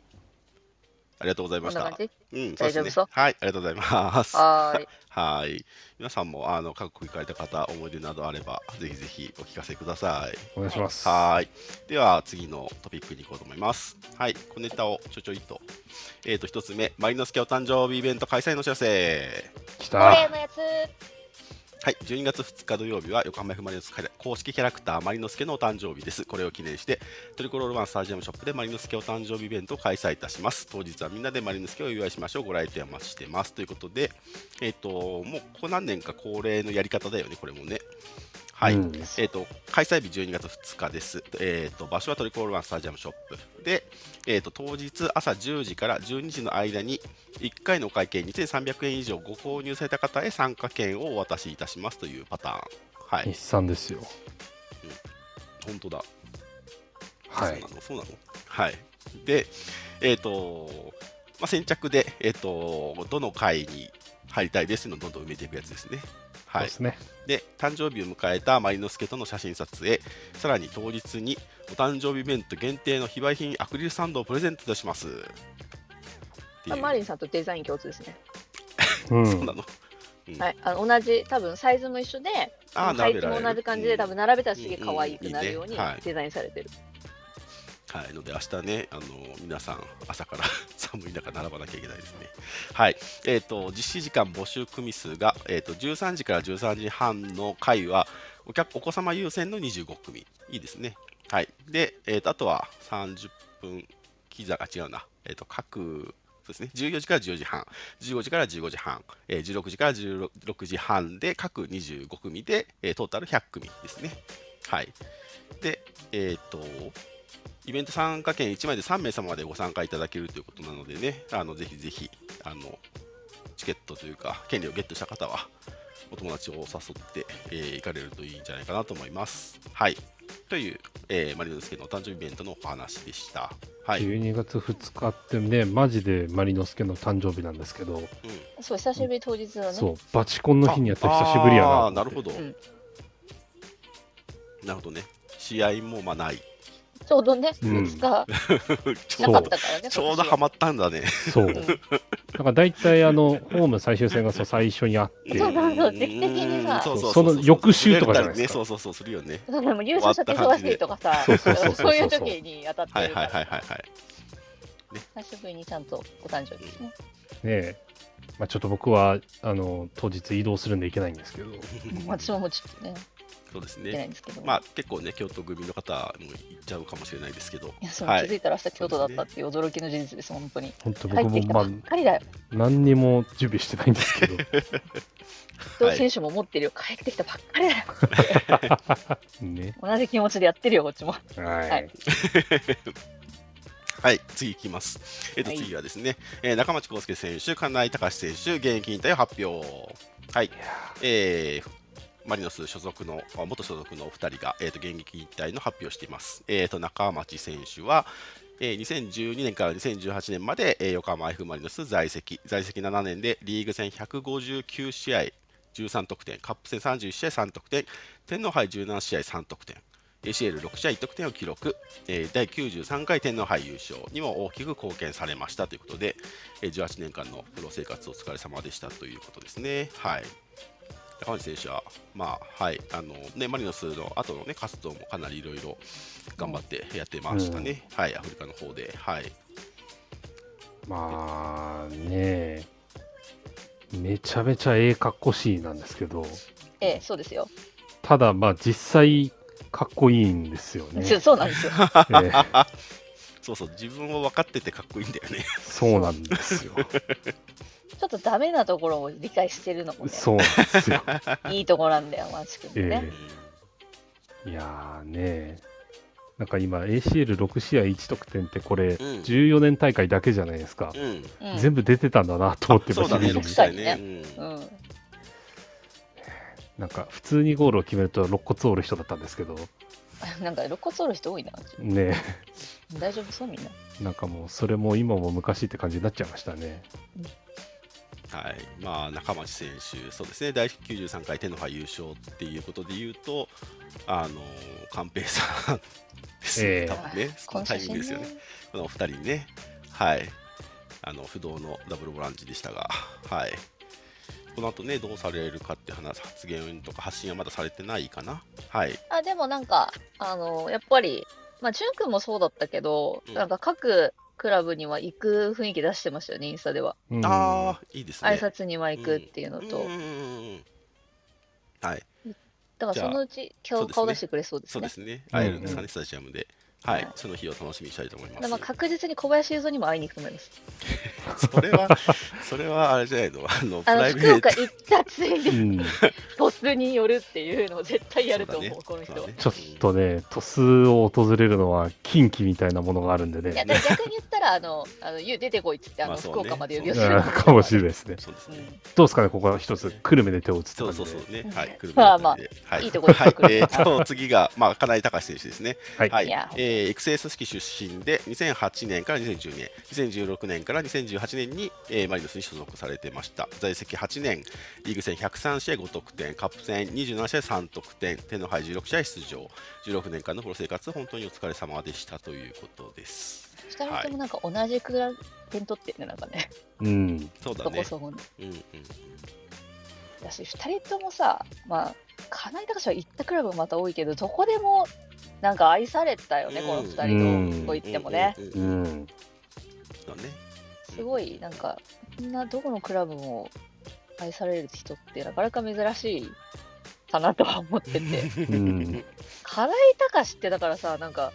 B: ありがとうござい
C: こ
B: ま
C: ん
B: し
C: な
B: た
C: 感。じ
B: うん、そうです
C: 大丈夫
B: ね
C: そう。
B: はい、ありがとうございます。
C: はーい。
B: はい。皆さんも、あの、各国行かれた方、思い出などあれば、ぜひぜひお聞かせください。
A: お願いします。
B: はい。では、次のトピックに行こうと思います。はい。小ネタをちょちょいと。えっ、と、一つ目、マリノスケお誕生日イベント開催のお知らせ。
A: 来
C: 恒例
A: た。
C: のやつ
B: はい、12月2日土曜日は横浜 F ・マリノス公式キャラクターマリノスケのお誕生日です。これを記念してトリコロールワンスタジアムショップでマリノスケお誕生日イベントを開催いたします。当日はみんなでマリノスケをお祝いしましょう。ご来店お待ちしてます。ということで、えっ、と、もうここ何年か恒例のやり方だよね、これもね。はい。
A: うん
B: えっ、と、開催日12月2日です。えっ、と、場所はトリコロールワンスタジアムショップ。で、えっ、と、当日朝10時から12時の間に1回のお会計2300円以上ご購入された方へ参加券をお渡しいたしますというパターン。は
A: 日
B: い、
A: 産ですよ。
B: 本当だ。
A: は
B: そう
A: い
B: な。の、そうなの。はい。で、えっ、と、まあ、先着で、えっ、と、どの会に入りたいですというのをどんどん埋めていくやつですね。
A: そう
B: はい
A: で。すね。
B: で誕生日を迎えたマリノスケとの写真撮影さらに当日にお誕生日イベント限定の非売品アクリルスタンドをプレゼントいたしますってい
C: あ
B: う
C: マリンさんとデザイン共通ですね。
A: う
B: そうんな。の
C: はい。あの同じ、多分サイズも一緒で、
B: あー
C: 配置
B: ら
C: も
B: れる
C: 同じ感じで、多分並べたらすげえ可愛くな
B: うんうんいいね
C: るように
B: はい
C: デザインされてる。
B: はい、ので明日ね、あの皆さん、朝から 寒い中、並ばなきゃいけないですね。はい、えっ、と、実施時間募集組数が、えっ、と、13時から13時半の回は、お客お子様優先の25組。いいですね。はい。で、えっ、と、あとは30分、キザが違うな。えっ、と、各、そうですね、14時から14時半、15時から15時半、えー16時から16時半で、各25組で、えートータル100組ですね。はい。で、えっ、と、イベント参加券1枚で3名様までご参加いただけるということなのでね、あのぜひぜひあのチケットというか、権利をゲットした方は、お友達を誘って、えー行かれるといいんじゃないかなと思います。はい。という、えーマリノスケのお誕生日イベントのお話でした。はい。
A: 12月2日ってね、マジでマリノスケの誕生日なんですけど、
C: そう、久しぶり当日のね。
A: そう、バチコンの日にやったら久しぶりやな
B: あーなるほ
A: ど。
B: ど、
C: うん
B: なるほどね。試合もまあない。
C: ちょうどね、
A: うん
C: 2日
B: ち
C: な
B: ょ
C: か
B: う
C: っ
B: ど
C: たからね。
B: ちょうどハ
C: マ
B: マったんだね。
A: そう。だから大体あの、ホーム最終戦がそう最初にあって、
C: そうそうそう時期的にさ
B: うんそうそうう
A: その翌週とかじゃないですか
B: ねそうそうそうするよね。
C: そうでも優勝者って忙しいとかさ、
A: 終わった感じで
C: そういう時に当たっ
B: は
C: て
B: い
C: るか
B: はいはい
C: ら、
B: はいはい。
C: 久しぶりにちゃんとお誕生日ですね。
A: ねまあ、ちょっと僕はあの当日移動するんで行けないんですけど、
C: 私ももうちょっとね、
B: そうです
C: いけな
B: ね。
C: いんですけど。
B: まあ結構ね、京都組の方も行っちゃうかもしれないですけど、
C: いやそう
B: はい
C: 気づいたら明日京都だったっていう驚きの事実です、本当に。
A: 本当
C: 帰
A: 僕
C: って
A: も
C: き
A: ま
C: たば
A: あ
C: っかりだよ。
A: 何にも準備してないんですけど、
C: 伊藤選手も持ってるよ、帰ってきたばっかりだよ。
A: ね。
C: 同じ気持ちでやってるよ、こっちも。
A: はい。
C: はい
B: はい、次いきます。えっと、
C: はい
B: 次はですね、えー中町康介選手、金井隆選手、現役引退を発表。はい、えーマリノス所属の、あ元所属のお二人が、えー、と現役引退の発表をしています。えー、と中町選手は、えー2012年から2018年まで、えー横浜 F ・マリノス在籍、在籍7年でリーグ戦159試合13得点、カップ戦31試合3得点、天皇杯17試合3得点、ACL6 試合1得点を記録、えー第93回天皇杯優勝にも大きく貢献されましたということで、えー18年間のプロ生活お疲れ様でしたということですね。はい高橋選手は、まあはいあのね、マリノスの後の、ね、活動もかなりいろいろ頑張ってやってましたね、はい、アフリカの方で、はい、
A: まあねめちゃめちゃええかっこしいなんですけど、
C: ええ、そうですよ。
A: ただまあ実際かっこいいんですよね。
C: そうそうなんですよ。
A: ええ
B: そうそう、自分を分かっててかっこいいんだよね。
A: そうなんですよ。
C: ちょっとダメなところを理解してるのも、ね、
A: そうなんですよ。
C: いいとこなんだよ、マーチ君もね。
A: ええいやーねなんか今 ACL6 試合1得点ってこれ
B: うん
A: 14年大会だけじゃないですか。
B: うん、
C: うん
A: 全部出てたんだなと思って
B: そう
A: ま
B: だね、
C: シリーズ
B: 6
C: に
B: 歳ね。う
C: うんん、
A: なんか普通にゴールを決めると肋骨折る人だったんですけど、
C: なんか肋骨折る人多いな。
A: ね
C: 大丈夫そうみんな。
A: なんかもうそれも今も昔って感じになっちゃいましたね。
B: はいまあ、中町選手、そうですね、第93回天皇杯優勝っていうことで言うと、あの寛平さんですね、
A: ええ
B: 多分ね、そのタイミングですよね、このお二人ね、はい、あの不動のダブルボランチでしたが、はい、この後ね、どうされるかって話発言とか発信はまだされてないかな、はい、
C: あでもなんかあのやっぱりまあ潤君もそうだったけど、
B: うん
C: なんか各クラブには行く雰囲気出してましたよねインスタでは、
A: うん
B: ああ、いいですね。
C: 挨拶には行くっていうのと、
B: うんうんうんうんはい、
C: だからそのうち顔,、
B: じゃあ
C: 顔出してくれそうです
B: そう
C: ね
B: ですね、会えるんですか
A: うんう
B: ね、スタジアムで。は
C: はいい、
B: その日を楽しみにしたいと思いま
C: でまあ
B: す。
C: 確実に小林雄三にも会いに行くと思います
B: それは、それはあれじゃないの、あの、プ
C: あの
B: ライベ
C: 福
B: ー
C: 岡
B: ト。
C: 行ったついで
A: うん
C: 突に寄るっていうのを絶対やると思う
B: そうだね
C: この人は、
B: そうだね
A: ちょっとね、都市を訪れるのは近畿みたいなものがあるんで
C: いや
A: ね、
C: だから逆に言ったらあのあのゆう出てこいっつってあの、
B: まあそうね
C: 福岡まで呼び
A: う
C: 寄
A: ん
C: せる
A: かもしれないですね。
B: そうです
C: う
B: ね。
C: ん
A: どうですかね、ここは一つ、久留米で手を打つって
B: そ
A: 感
B: う
A: じ
B: そ
A: で。
B: うそうね。はい、
C: うん
B: 車
C: ま
B: の
C: あまあ
B: 中ではい
C: いとこです
B: はい
C: 車
B: えーと、次が、まあ、金井隆選手ですね。
A: はい
B: はい
C: いや、
B: えー、育成組織出身で、2008年から2010年、2016年から2018年に、えーマリノスに所属されてました。在籍8年、リーグ戦103試合5得点、カップ戦27試合3得点、天皇杯16試合出場、16年間のプロ生活、本当にお疲れ様でしたということです。
C: 2人ともなんか同じくらい点取ってるねなんかね
A: うん、
B: そうだ
C: そこ
B: ね。
C: そこに
B: うんうん
C: だし2人ともさまあ金井隆は行ったクラブもまた多いけどどこでもなんか愛されたよね、
B: うん
C: この2人とこ行ってもね、。
A: う
B: うんうんうんうん
A: ん、
B: そうだね。
C: すごいなんかみんなどこのクラブも愛される人ってなかなか珍しいかなとは思って て
A: うん、
C: 金井隆ってだからさなんか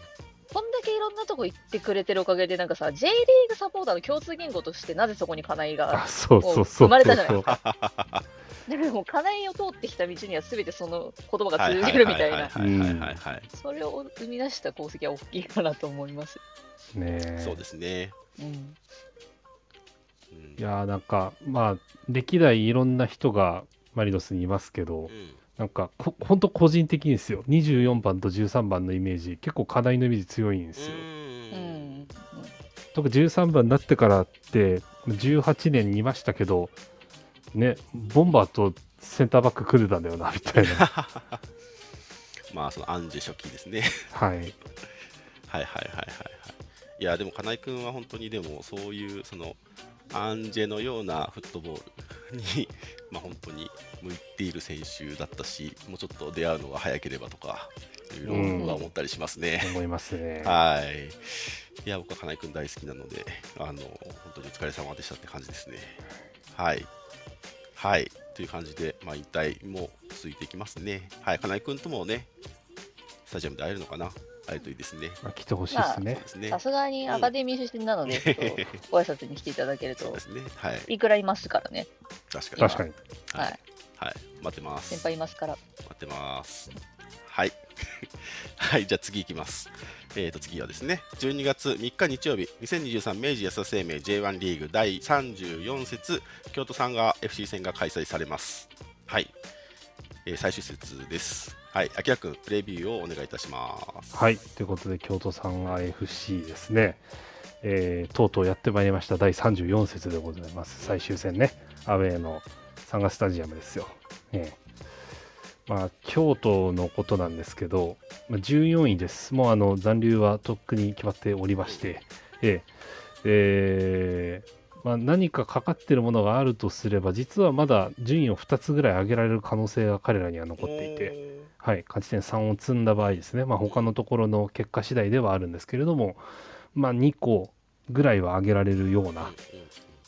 C: こんだけいろんなとこ行ってくれてるおかげでなんかさ J リーグサポーターの共通言語としてなぜそこに金井 が
A: あ、そうそうそうそう。
C: 生まれたじゃないです
A: か。
C: でも金井を通ってきた道には全てその言葉が通じるみたいな
B: はいはいはいはいはいはい
C: それを生み出した功績は大きいかなと思います。
A: ね
B: そうですね。
C: うん、
B: うん
A: いやーなんか、まあ、歴代いろんな人がマリノスにいますけど
B: う、ん
A: なんかこ、ほんと個人的にですよ、24番と13番のイメージ、結構課題のイメージ強いんですよ。
B: う
C: う
B: ん
C: ん、
A: 特に13番になってからって18年にいましたけどねボンバーとセンターバック組んでたんだよなみたい な
B: まあそのアンジェ初期ですね。
A: はい
B: はいはいはいはいはい。いやでも金井君は本当にでもそういうそのアンジェのようなフットボールにまあ本当に向いている選手だったし、もうちょっと出会うのが早ければとかいろいろ僕は思ったりしますね。
A: 思いますね
B: はい。いや、僕は金井君大好きなので、あの、本当にお疲れ様でしたって感じですね。はい。はい。という感じで、まあ、引退も続いていきますね。はい。金井君ともね、スタジアムで会えるのかな会えるといいですね。
A: まあ、来てほしいです
B: そう
A: ね
B: で。すね
C: さ。すがにアカデミー出身なので、 ちょっとご挨拶に来ていただける
B: そう
C: と
B: で、すね。はい。
C: いくらいますからね。
B: 確かに。
A: 確かに。
B: は
C: はいい。
B: はい。待ってます。
C: 先輩いますから。
B: 待ってます。はい。 はい、じゃあ次いきます。えー、と次はですね、12月3日日曜日、2023明治安田生命 J1 リーグ第34節、京都サンガ FC 戦が開催されます。はい、えー最終節です。はい、あきらくん、プレビューをお願いいたします。
A: はい、ということで、京都産 IFC ですね、えーとうとうやってまいりました、第34節でございます、最終戦ね、アウェーのサンガスタジアムですよ。ええまあ、京都のことなんですけど、まあ、14位です、もうあの残留はとっくに決まっておりまして、えええーまあ、何かかかってるものがあるとすれば、実はまだ順位を2つぐらい上げられる可能性が彼らには残っていて。はい、勝ち点3を積んだ場合ですね、まあ、他のところの結果次第ではあるんですけれども、まあ、2個ぐらいは上げられるよう
B: おー、
A: な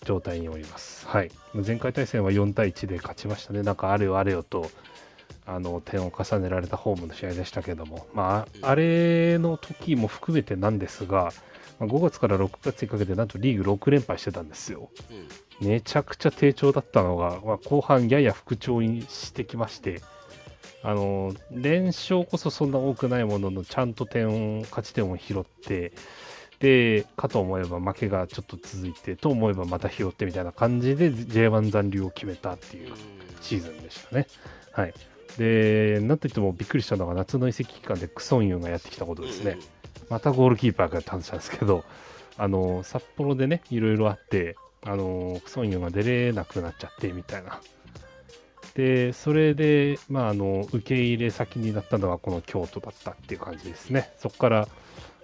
A: 状態におります。はい、前回対戦は4対1で勝ちましたね、なんかあれよあれよとあの点を重ねられたホームの試合でしたけども、まあ、あれの時も含めてなんですが、まあ5月から6月にかけて、なんとリーグ6連敗してたんですよ。
B: うんうん
A: めちゃくちゃ低調だったのが、まあ、後半やや復調にしてきましてあの連勝こそそんな多くないもののちゃんと点を勝ち点を拾ってでかと思えば負けがちょっと続いてと思えばまた拾ってみたいな感じで J1 残留を決めたっていうシーズンでしたね。はい、でなんといってもびっくりしたのが夏の移籍期間でクソンユンがやってきたことですね。。またゴールキーパーが倒したんですけど、あの札幌でね、いろいろあって、あのクソンユンが出れなくなっちゃってみたいな。で、それで、まあ、あの受け入れ先になったのがこの京都だったっていう感じですね。そこから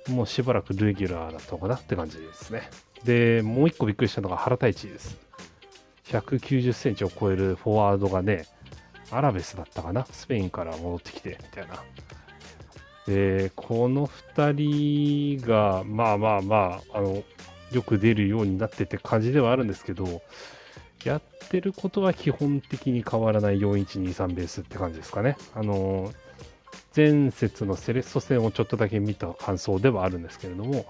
A: もうしばらくレギュラーだったのかなって感じですね。で、もう一個びっくりしたのが原太一です。190センチを超えるフォワードがね、アラベスだったかな、スペインから戻ってきてみたいな。でこの2人がまあまあまああのよく出るようになってって感じではあるんですけどやってることは基本的に変わらない4123ベースって感じですかね。あの前節のセレッソ戦をちょっとだけ見た感想ではあるんですけれども、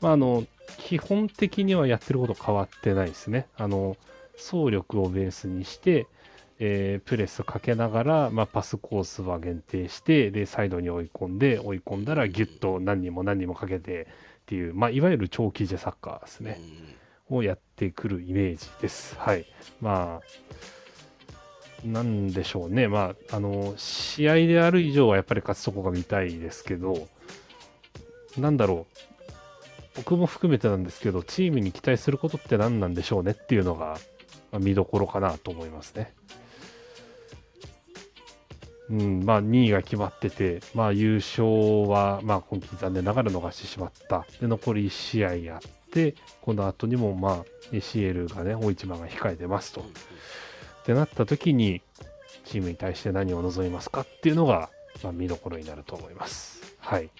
A: まあ、あの基本的にはやってること変わってないですね。あの総力をベースにして、えープレスかけながら、まあ、パスコースは限定してでサイドに追い込んで追い込んだらギュッと何人も何人もかけてっていう、まあ、いわゆる長期ジェサッカーです
B: うん
A: ね。をやってくるイメージです。はい。まあ、なんでしょうね。まあ、あの、試合である以上はやっぱり勝つとこが見たいですけど、なんだろう。僕も含めてなんですけど、チームに期待することって何なんでしょうねっていうのが、まあ見どころかなと思いますね。うん、まあ2位が決まってて、まあ優勝は、まあ今季残念ながら逃してしまった。で、残り1試合やって、この後にもまあ ACL がね大一番が控えてますと。ってなった時にチームに対して何を望みますかっていうのが、まあ、見どころになると思います。はい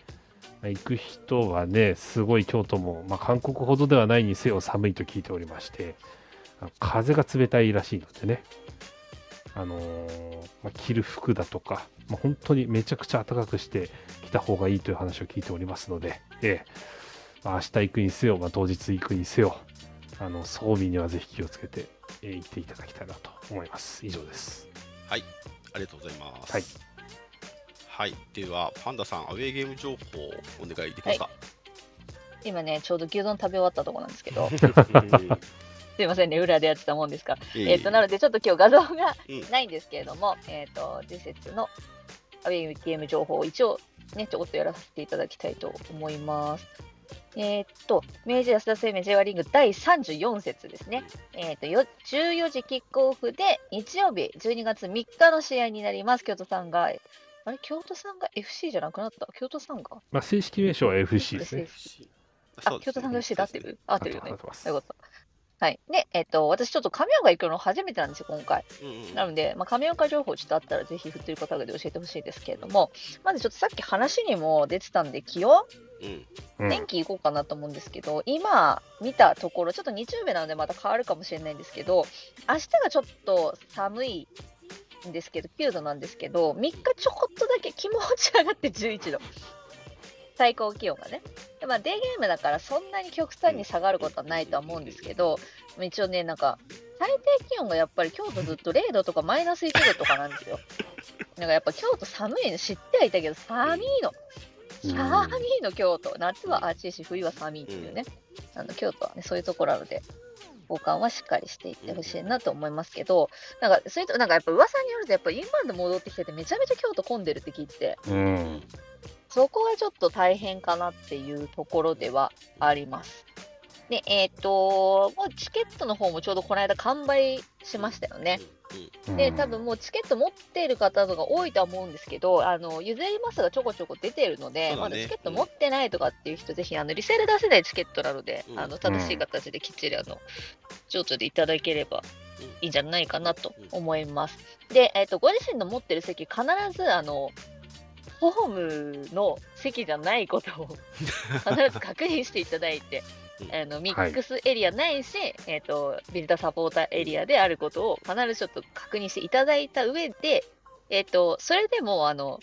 A: まあ行く人はね、すごい京都も、まあ、韓国ほどではないにせよ寒いと聞いておりまして、あの風が冷たいらしいのでね、あのーまあ、着る服だとか、まあ、本当にめちゃくちゃ暖かくして着た方がいいという話を聞いておりますので、ええまあ、明日行くにせよ、まあ、当日行くにせよ、あの装備にはぜひ気をつけて、えー行っていただきたいなと思います。以上です。
B: はい、ありがとうございます。
A: はい。
B: はい、では、パンダさん、アウェーゲーム情報お願いできますか。
C: 今ね、ちょうど牛丼食べ終わったところなんですけど、
B: うん
C: すいませんね、裏でやってたもんですから。
B: いえいえ
C: えっと、なので、ちょっと今日画像が
B: うん
C: ないんですけれども、えっと、次節のアウェイゲーム情報を一応、ね、ちょこっとやらせていただきたいと思います。えっと、明治安田生命 J1 リーグ第34節ですね。えっと、よ14時キックオフで、日曜日12月3日の試合になります。京都さんが、あれ、京都さんが FC じゃなくなった京都さんが
A: まあ、正式名称は FC ですね。
C: あ、京都さんが FC で合ってる合ってるよね。
A: 合ってます
C: よかった。はい。で、えっと、私ちょっと亀岡行くの初めてなんですよ、今回。
B: うんうん
C: なので、まあ、亀岡情報ちょっとあったら、ぜひ振ってる方で教えてほしいですけれども、まずちょっとさっき話にも出てたんで、気温、
B: うん
A: うん
C: 天気いこうかなと思うんですけど、今見たところ、ちょっと日曜日なのでまた変わるかもしれないんですけど、明日がちょっと寒いんですけど、9度なんですけど、3日ちょこっとだけ気持ち上がって11度。最高気温がね。でまあ、デーゲームだからそんなに極端に下がることはないとは思うんですけど、一応ね、なんか、最低気温がやっぱり今日とずっと0度とかマイナス1度とかなんですよ。なんかやっぱ京都寒いの知ってはいたけど、寒いの。
A: うん
C: 寒いの京都夏は暑いし冬は寒いっていうね、あの京都はねそういうところなので交換はしっかりしていってほしいなと思いますけど、なんかそういうとなんかやっぱ噂によるとやっぱインバウンド戻ってきててめちゃめちゃ京都混んでるって聞いて
A: うん
C: そこがちょっと大変かなっていうところではありますでえっ、ともうチケットの方もちょうどこの間完売しましたよね、で多分もうチケット持っている方とか多いとは思うんですけど、あの譲りますがちょこちょこ出てるので、
B: そうだ
C: ま
B: ね
C: だチケット持ってないとかっていう人、ぜひあのリセール出せないチケットなので、
B: うん
C: あの正しい形できっちりあの情緒でいただければいいんじゃないかなと思います。で、えっとご自身の持ってる席、必ずあのホームの席じゃないこと を必ず確認していただいて
B: う。ん
C: あのミックスエリアないし、えっとビルダーサポーターエリアであることを必ずちょっと確認していただいた上で、えっとそれでもあの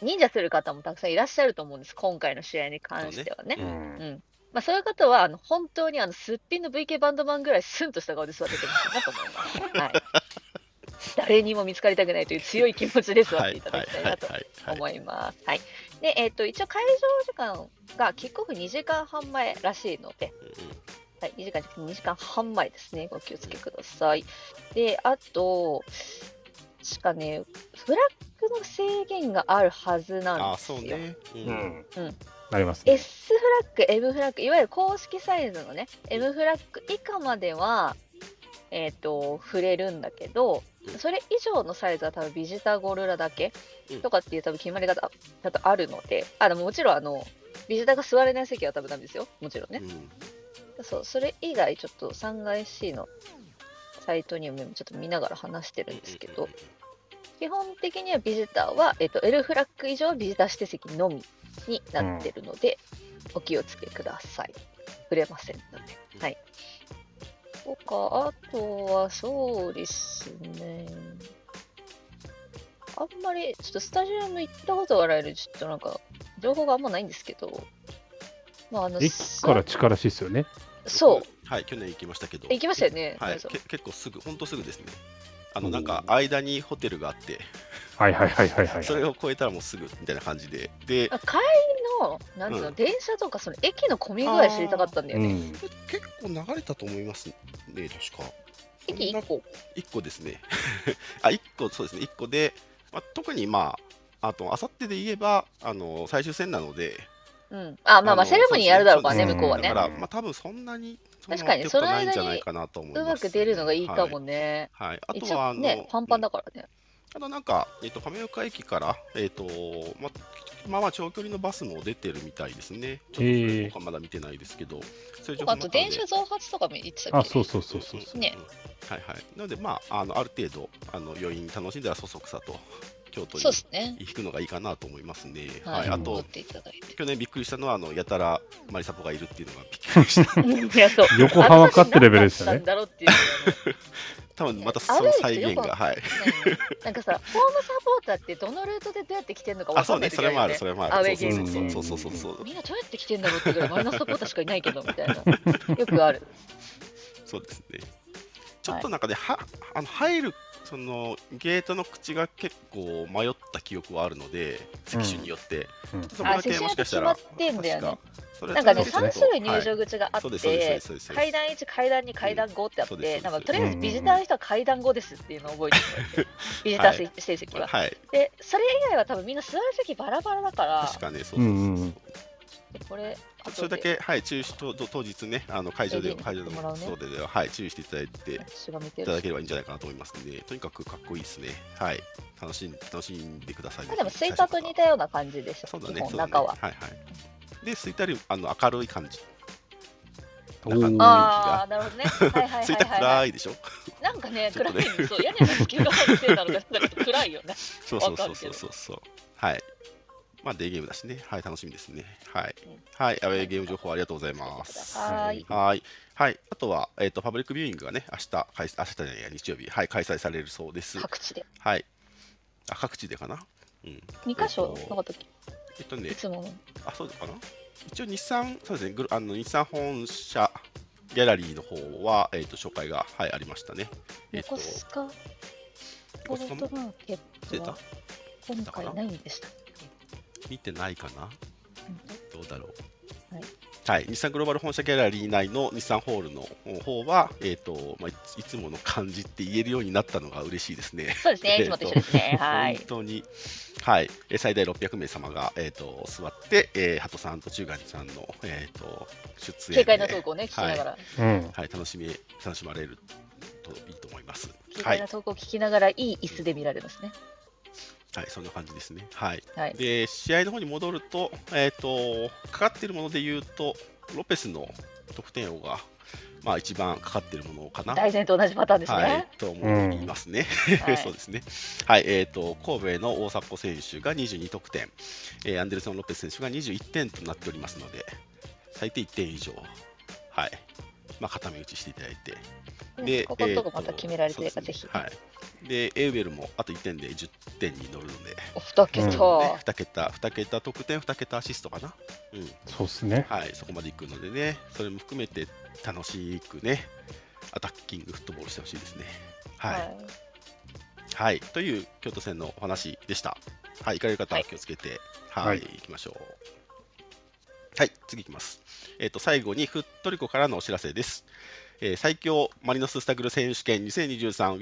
C: 忍者する方もたくさんいらっしゃると思うんです今回の試合に関してはね。
A: う
B: うん
C: まあ、そういう方はあの本当にあのすっぴんの VK バンドマンぐらいスンとした顔で座っててほしいなと思い ます。はい、誰にも見つかりたくないという強い気持ちで座っていただきたいなと
B: はいはいはい
C: 思います。はいで、えっと一応会場時間がキックオフ2時間半前らしいので、はい、2時間じゃなくて2時間半前ですね。ご気をつけください。で、あと、確かね、フラッグの制限があるはずなん
B: あ
C: ですよ。
B: そうねう
A: うんん
C: うん
A: なりますね
C: S フラッグ、M フラッグ、いわゆる公式サイズのね、M フラッグ以下までは、えっ、と、触れるんだけど、それ以上のサイズは多分ビジターゴルラだけ
B: うん
C: とかっていう多分決まり方だとあるので、あ、でももちろんあの、ビジターが座れない席は多分ダメですよ。もちろんね。
B: うん
C: そう、それ以外ちょっと 3IC のサイトにも今ちょっと見ながら話してるんですけど、基本的にはビジターは、えっと L フラッグ以上はビジター指定席のみになってるので、お気をつけください。触れませんの
B: うん
C: で。はい。とか、あとはそうですね。あんまり、ちょっとスタジアム行ったことがないので、ちょっとなんか、情報があんまないんですけど、まあ、あの、
A: 駅から近いらしいですよね
C: そう、
B: はい去年行きましたけど
C: 行きましたよね。
B: はい
C: そう
B: け結構すぐ本当すぐですねあの
A: おー
B: なんか間にホテルがあって
A: はいはいはいはいはい
B: それを越えたらもうすぐみたいな感じでで
C: あ帰りの、なんつうの、
B: うん
C: 電車とか、その駅の混み具合知りたかったんだよ
A: う
C: ね。
A: ん
B: これ結構流れたと思いますね確か
C: 駅1個。
B: 1個ですね あ1個そうですね1個で、まあ、特にまああとあさってで言えばあの最終戦なので
C: うん。あ、まあまあ、
B: の
C: セレモニーやるだろうからね、
B: そ
C: 向
B: です
C: こうはね
B: だ。から、まあ、多分そんなにそんな
C: 確かに
B: ってことないん
C: そ
B: じ
C: の
B: ゃ
C: 間に
B: ないかなと思いうま
C: ますく出るのがいいかも
B: ね
C: ね。
B: はい、はいあ
C: 一
B: とはあ
C: 応
B: の
C: ね、パンパン
B: うん
C: だからね。
B: あとなんか、えっと亀岡駅から、えっとままあまあ長距離のバスも出てるみたいですねちょっとそれ僕はまだ見てないですけど、そういう情報
C: あ
B: も
C: と、
B: ったので
C: 電車増発とかも言ってた
A: あ
C: っけ
A: そうそうそうそうそう
C: ね
B: はいはいなのでまああのある程度あの余韻楽しんだらそそくさと京都に
C: そうですね。
B: 行くのがいいかなと思いますね、はい
C: はい。
B: あ
C: 戻っ
B: と
C: ていただいて。
B: 去年びっくりしたのはあのやたらマリサポがいるっていうのがびっくり した
C: いや、そう。
A: 横浜かってレベルですよ
C: あの時何だ
A: ね
C: ったんだろうっていう
B: 多分またその再現がはい
C: のがねなんかさ、ホームサポーターってどのルートでどうやって来てんのか
B: あ
C: 分
B: そ
C: か
B: うん
C: な
B: ね
C: い時
B: それもあ
C: よ
B: る
C: ね
B: そ。れもあ
C: アウェ
B: る
C: イゲ
B: そ
C: ー
B: う
C: ム
B: そうそうそうそうそう
C: みんなどうやって来てんだろうってぐらいマイナスサポーターしかいないけどみたいな。よくある。
B: そうですね。ちょっとなんかね、はあの入るそのゲートの口が結構迷った記憶はあるので、席種によって、
A: うん
B: ちょっとそこだけ
C: あ
B: もしかしたら
C: 席種が決まってんだよね。
B: 確それは
C: なんかね、
A: そう
B: ちょ
C: 3
B: っと
C: 種類入場口があ
B: そう
C: っ
B: ですそう
C: て
B: ですそうです、
C: 階段1、階段2、階段5ってあっ
B: そうです
C: て、なん
B: そ
C: か
B: うです
C: とりあえずビジターの人は階段5ですっていうのを覚え てるんだよねビジター成績
B: はい
C: は。
B: はい、
C: で、それ以外は多分みんな座る席バラバラだから、
B: 確かね、そうそうそうう。
A: んうん
C: これ、後で
B: それだけ、はい、注意しと当日ね、あの会場で
C: AD
B: 会場で
C: もら
B: も
C: うね
B: そうで、はい、注意していただいて
C: 私が見て
B: いた
C: る
B: だければいいんじゃないかなと思いますので、とにかくかっこいいですね。はい、楽しん楽しんでください、
C: まあでもスイカと似たような感じでした、
B: そうだ
C: 基
B: ね、
C: 本
B: そうだね
C: 中は。
B: はいはい。で、スイートよりあの明るい感じ。なかった雰囲気
C: あ
B: が
C: あ、なるほどね。はいはい
B: つい
C: は
B: た
C: い、は
B: 暗
C: い。
B: いでしょ
C: なんかね、
B: ちょ
C: 暗
B: っ
C: い
B: とね
C: ね。そう、屋根の隙間が入ってたのが、なんか暗いよね。
B: そうそうそうそうそうそうはいまあデーゲームだしねはい楽しみですねはい、
C: うん
B: はいアウェーゲーム情報ありがとうございます
C: はーい。
B: はい、はい、あとは、えー、とパブリックビューイングがね、明日開明日じゃないや日曜日、はい、開催されるそうです。
C: 各地で。
B: はい、あ各地でかな、うん、
C: 二箇所のかったっけ
B: えっと
C: い
B: ね、
C: つもの。
B: あ、そうかな、一応、日産、そうですね、グルあの日産本社ギャラリーの方は、えー、と紹介が、はい、ありましたね。えっ
C: 横須賀
B: 横
C: ポル
B: 須賀
C: ト
B: も
C: マーケッ
B: 出
C: ト
B: た
C: は今回ないんでしたっけ
B: 見てないかな、どうだろう。
C: はい
B: はい、日産グローバル本社ギャラリー内の日産ホールの方は、えーとまあ、いついつもの感じって言えるようになったのが嬉しいですね。
C: そうですね、いつもと一緒で すね。はい
B: 本。当に、はい、えー最大600名様が、えー、と座って、えー、鳩さんと中谷さんの、えー、と出
C: 警
B: 演
C: 戒の
B: で
C: トークをね、聞きながら、
A: うん。
B: はい、楽しみ楽しまれるといいと思います。
C: 警
B: は
C: 戒
B: い
C: の、トークを聞きながら、いい椅子で見られますね。
B: はい、そんな感じですね。はい、
C: はい。
B: で試合の方に戻ると,、えー、と、かかっているもので言うと、ロペスの得点王が、まあ、一番かかっているものかな。
C: 大前と同じパターンです
B: は
C: ね
B: い。、と思いますね。
C: はい
B: そうですね。はい、えっ、と神戸の大迫選手が22得点、えーアンデルソンロペス選手が21点となっておりますので、最低1点以上、はい、まあ固め打ちしていただいて、
C: ねここのと
B: え
C: こ
B: ー
C: また決められてる
B: そ
C: から、
B: う
C: ぜ
B: です
C: ひ
B: ね。はい。でエウベルもあと1点で10点に乗るので、
C: お二桁。
A: うん
B: ね、2桁、2桁得点、2桁アシストかな。うん。
A: そうっすね。
B: はい、そこまで行くのでね、それも含めて楽しくね、アタッキングフットボールしてほしいですね。はい、はい
C: い。
B: という京都戦のお話でした。はい、行かれる方は気をつけて、はい、
A: はい
B: 行きましょう。はい、次行きます。えっ、と、最後にフットリコからのお知らせです。えー最強マリノススタグル選手権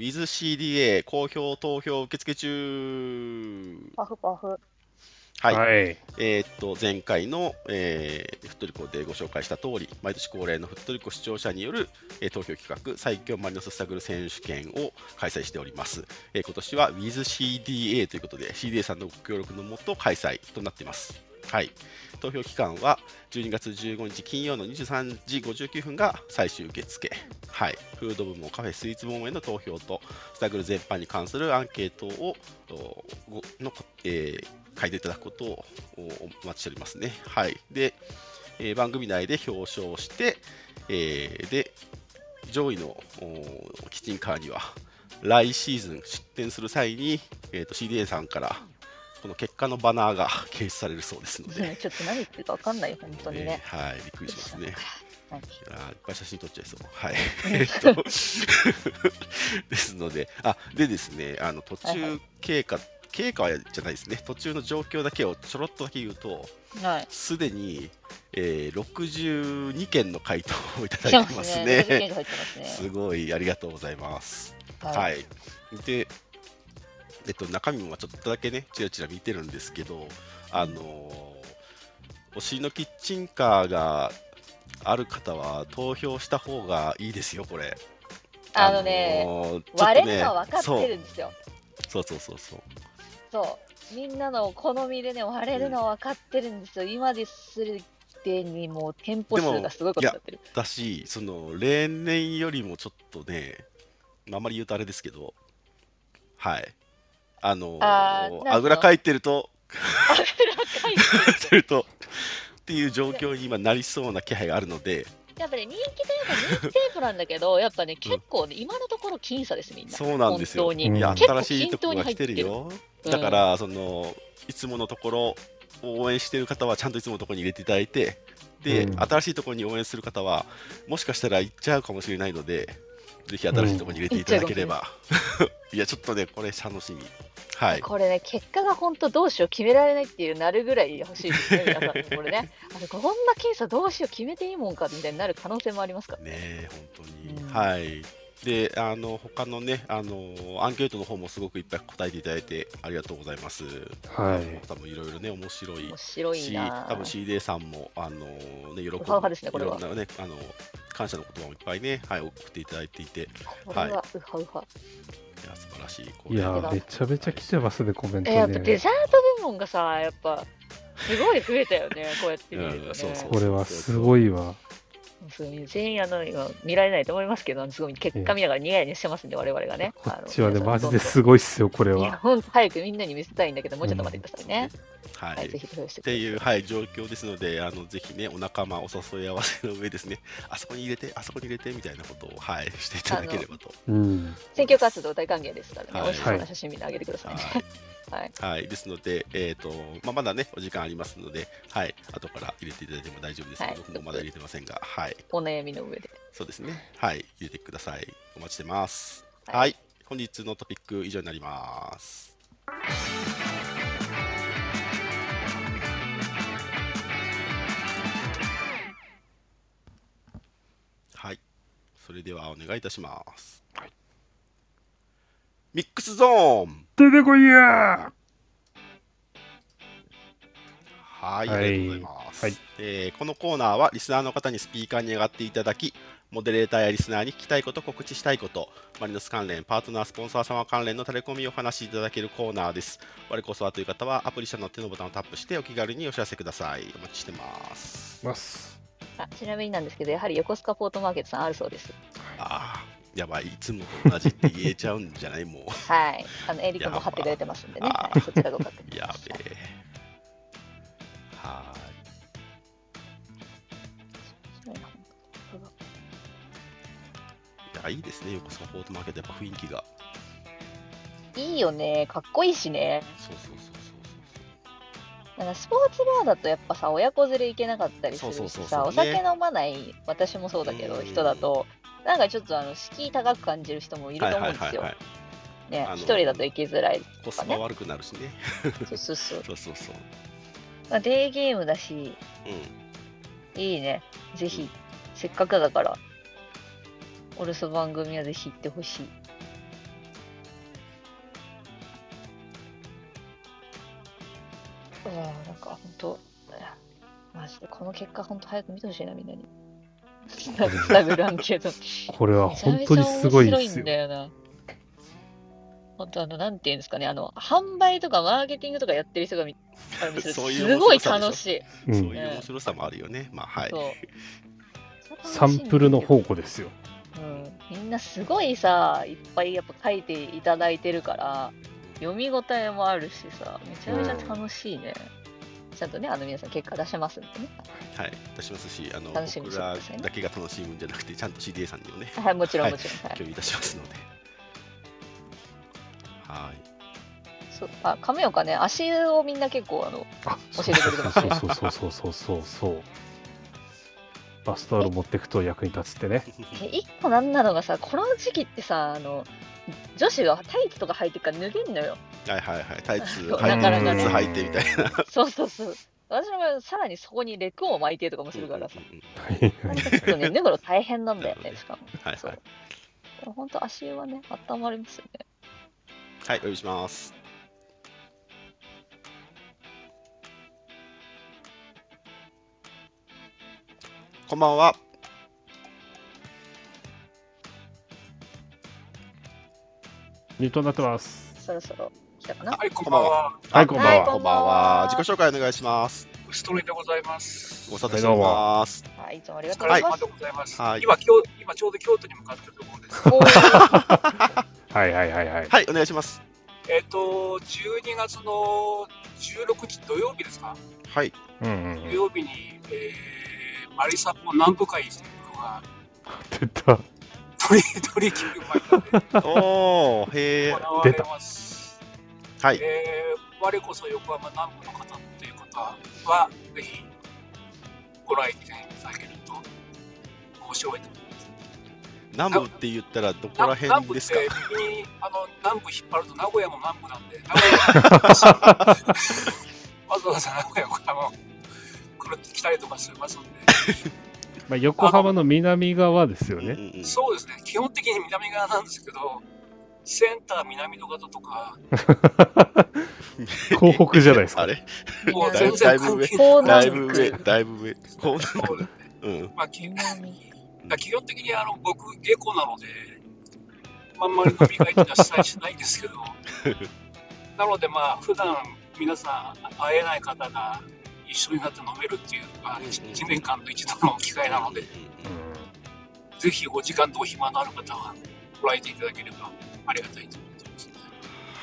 B: 2023WithCDA 好評投票受付中
C: パフパフ。
B: はい、
A: はい。
B: えーっと前回の、えー、フットリコでご紹介した通り毎年恒例のフットリコ視聴者による、えー投票企画最強マリノススタグル選手権を開催しております、えー今年は WithCDA ということで CDA さんのご協力のもと開催となっていますはい投票期間は12月15日金曜の23時59分が最終受付はいフード部門カフェスイーツ部門への投票とスタグル全般に関するアンケートをおごの、えー書いていただくことをおお待ちしておりますね。はい。で、えー番組内で表彰して、えーで、上位のおキッチンカーには、来シーズン出店する際に、えー、と CDA さんから、この結果のバナーが掲出されるそうですの
C: うん
B: で、
C: ちょっと何言ってるかわかんない、本当にね。
B: はい、びっくりしますね。
C: はい
B: あーいっぱい写真撮っちゃいそう。はい。 えっと、ですので、あでですね、あの途
C: はいは
B: 中経過、経過はじゃないですね、途中の状況だけをちょろっとだけ言うと、
C: はい。
B: すでに、えー、62件の回答をいた
C: 来て
B: だい
C: ま
B: て
C: す
B: ます
C: ね。
B: ね。
C: 入ってますね。
B: すごい、ありがとうございます。はい。で、えっと、中身もちょっとだけね、ちらちら見てるんですけど、あのー、推しのキッチンカーがある方は投票した方がいいですよ、これ。
C: あのね、
B: のーちょっと
C: 割れるのは分かってるんですよ。
B: そうそうそうそう
C: そう。みんなのお好みでね、割れるのは分かってるんですよ。今でするでにもう店舗数がすごいことになってる。
B: だし、その例年よりもちょっとね、まああまり言うとあれですけど、はい、あのー
C: あーなんか
B: あぐらかいてると、
C: あれ高い
B: かいてるとっていう状況に今なりそうな気配があるので、
C: やっぱね、人気といえば人気テープなんだけど、やっぱね、結構ね、今のところ僅差です、みんな。
B: そうなんですよ
C: 本当に。
A: うん
B: いや
A: 結
C: 構
B: 新しいとこが来てるよ。
C: 均等に入ってる
B: だから、そのいつものところを応援してる方はちゃんといつものところに入れていただいて、で、
A: うん
B: 新しいところに応援する方はもしかしたら行っちゃうかもしれないので、ぜひ新しいところに入れていただければ。 いやちょっとねこれ楽しみ。はい。
C: これね、結果が本当どうしよう決められないっていうなるぐらい欲しいですね、皆さん。これね、あれこんな僅差どうしよう決めていいもんかみたいになる可能性もありますから
B: ね
C: ね。
B: え本当に、
C: うん
B: はいであの他のねあのアンケートの方もすごくいっぱい答えていただいてありがとうございます
A: はい。
B: 多分いろいろね面白い
C: 面白い
B: し
C: な。
B: 多分 CD さんもあのね喜ぶ
C: ウハウハですねこれはい
B: ろんなねあの感謝の言葉もいっぱいねはい送っていただいていてい
C: これはウハウハ。
B: や素晴らしいこ
A: い
B: れ
A: やー、めちゃめちゃ来てますね、コメント
C: えやっぱデ
A: ね。
C: ザート部門がさ、やっぱすごい増えたよね、こうやって見るとね。
B: うんそうそう
A: これはすごいわ。
C: そういう全員あの今見られないと思いますけど、あのすごい結果見ながらニヤニヤしてますんで、我々がね。
A: こっちはね、
C: あの
A: マジですごいっすよ、これ
C: いや、
A: は。
C: ほんと早くみんなに見せたいんだけど、もうちょっと待ってくださいね。
B: はい、
C: はい、ぜ
B: っ
C: ひ投票してくだ
B: て
C: さ
B: いう、はい、状況ですので、あのぜひね、お仲間、お誘い合わせの上ですね、 あそこに入れて、あそこに入れてみたいなことを、はい、 していただければと。
A: うん。
C: 選挙活動大歓迎ですから
B: は
C: ね、
B: い
C: 美味しそうな写真みんなあげてくださいね。はい、
B: はい、はい、ですので、えーとまあ、まだね、お時間ありますので、はい、後から入れていただいても大丈夫です、
C: はい
B: 僕もまだ入れてませんが、はい、
C: お悩みの上で。
B: そうですね、はい、入れてください。お待ちしてます。
C: はい
B: はい、本日のトピック、以上になります。はい。それではお願いいたします。
A: はい
B: ミックスゾーン
A: 出てこいや
B: は
A: は
B: い、
A: い
B: ありがとうございます、
A: はい
B: えーこのコーナーはリスナーの方にスピーカーに上がっていただき、モデレーターやリスナーに聞きたいこと、告知したいこと、マリノス関連、パートナー、スポンサー様関連のタレコミをお話しいただけるコーナーです。我こそはという方は、アプリ社の手のボタンをタップしてお気軽にお知らせください。お待ちしてます。
A: ます。
C: あちなみになんですけど、やはり横須賀ポートマーケットさんあるそうです。
B: あーやばい、いつもと同じって言えちゃうんじゃないもう。
C: はい。あの、エリ君も貼ってくれてますんでね。
B: やば
C: はい、そちらご確認くだ
B: や
C: さい。
B: べえ。はーい。いや、いいですね、横須賀ポートマーケット、やっぱ雰囲気が。
C: いいよね。かっこいいしね。
B: そうそうそ
C: なんかスポーツバーだとやっぱさ、親子連れ行けなかったりする
B: そう
C: し
B: そうそうそう
C: さ、
B: ね
C: お酒飲まない、私もそうだけ
B: う
C: ど、
B: ん
C: 人だと、なんかちょっとあの、敷居高く感じる人もいう
B: そう。
C: ると思うんですよ。
B: い。
C: ね
B: あの、
C: 一人だと行きづらい。
B: コスパ悪くなるしね。
C: そうそうそう。
B: そうそうそう。
C: まあ、デーゲームだし、
B: うん。
C: いいね。ぜひ、せっかくだから、お留守番組はぜひ行ってほしい。うわぁ、なんか本当、マジでこの結果本当早く見てほしいな、みんなに。ラブランケード。
A: これは
C: めちゃ
A: 本
C: めち
A: 当に
C: ゃ
A: すごい
C: 面白
A: で
C: い
A: す
C: ん
A: よ
C: だ。よな。本当あの、なんていうんですかね、あの、販売とかマーケティングとかやってる人が見あれ見せると
B: そういう
C: すご
B: 面
C: い
B: 白さでしょ
C: 楽しい。
A: う。
B: そうんいう面白さもあるよね。まあ、はい。
C: そう。
A: サンプルの宝庫ですよ。
C: うん、みんなすごいさいっぱいやっぱ書いていただいてるから読み応えもあるしさめちゃめちゃ楽しいね、ちゃんとねあの皆さん結果出しますんでね
B: はい。出しますし、あの、
C: 楽しみに
B: 僕
C: してく
B: ら
C: ださいね
B: だけが楽しむんじゃなくて、ちゃんと CDA さんにもね、
C: はいもちろ
B: は
C: ん
B: い
C: もちろん、はい
B: 共有いたしますので。はい。
C: そうあ亀岡ね足湯をみんな結構あの
A: あ、
C: 教
A: そう
C: えてくれてますね
A: そうそうそうそうそうそう。バスタオル持ってくと役に立つってね。
C: え一個なんなのがさこの時期ってさあの女子がタイツとか履いてるから脱げんの よ
B: はいはいはい。タイツ
C: そ
B: 履い
C: うなか
B: て、
C: なか
B: ブ
C: ね
B: ーツ履いてみたいな。
C: そうそうそう私の場合はさらにそこにレクを巻いてとかもするからさ
B: うんうんうん
A: はい
C: なんかちょっとね脱ぐの大変なんだよ
B: な
C: ね
B: る
C: しかも
B: はい
C: そ
B: は
C: う
B: い。
C: でも本当足湯はね温まりますよね
B: はい、お呼びします。こんばんは。
A: ミュートになってます。
C: そろそろ来たかな。
D: はい、こんばんは。
A: はい、こんばん
C: はい
A: は。
B: こんばんは。自己紹介お願いします。
D: ストロイでございます。
B: ご沙汰しております。
C: はい、いつもあり
D: お
C: がとう
D: 疲
C: ござ
D: れ
C: いま
D: 様
C: す
D: で。ございます。
B: はい
D: 今、京今ちょうど京都に向かってるところです。
C: おー
A: はいはいはいはい。
B: はい、お願いします。
D: えっ、と、12月の16日土曜日ですか、
B: はい。
A: うんうんうん
D: 土。曜日に、えー、マリサポ南部会というのが、
A: 出た。
D: 鳥鳥キングファイタ ー
B: おー、へ
D: で
B: え。
D: 行われます。
B: はい。
D: えー、我こそ横浜南部の方っていう方は、ぜひご来店いただけると、面白いと思います。
B: 南部って言ったらどこら辺ですか
D: 南部って右にあの南部引っ張ると名古屋も南 部なんで、名古屋わざわざ名古屋からも来る来たりとかしますんで、
A: まあ、横浜の南側ですよ
B: うんうん
A: ね。
B: うん
D: そうですね、基本的に南側なんですけど、センター南の方とか、
A: 東北じゃないですか
B: あ。 れ
D: もう全然関係
C: だいぶ
D: な
B: だ
D: い。
B: いぶ上、だいぶ上。こう
D: そうですね
B: うん。
D: まあ、基本 だ基本的にあの僕、下戸なので、あんまり飲み会とかしたりしないんですけ ど、なので、まあ、普段皆さん会えない方がい一緒になって飲めるっていう、まあ、1年間の一度の機会なので、ぜひお時間とお暇のある方はご来店いただければありがたいと思ってます。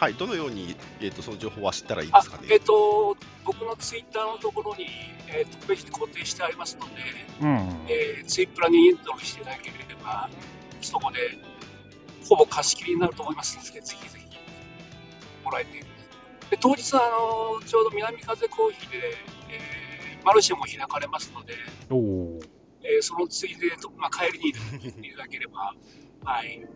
B: はい、どのように、えー、とその情報は知ったらいいで
D: あ
B: すかね。
D: えっ、と、僕のツイッターのところに、えっとページに固定してありますので、
A: うん。
D: えーツイプラにエントリーしていただければ、そこでほぼ貸し切りになると思いますので、ぜひぜひご来店で当日はあのちょうど南風コーヒーで、えーマルシェも開かれますので、
A: おおー。
D: えーそのついでと、まあ、帰りにいただければ、 はい、面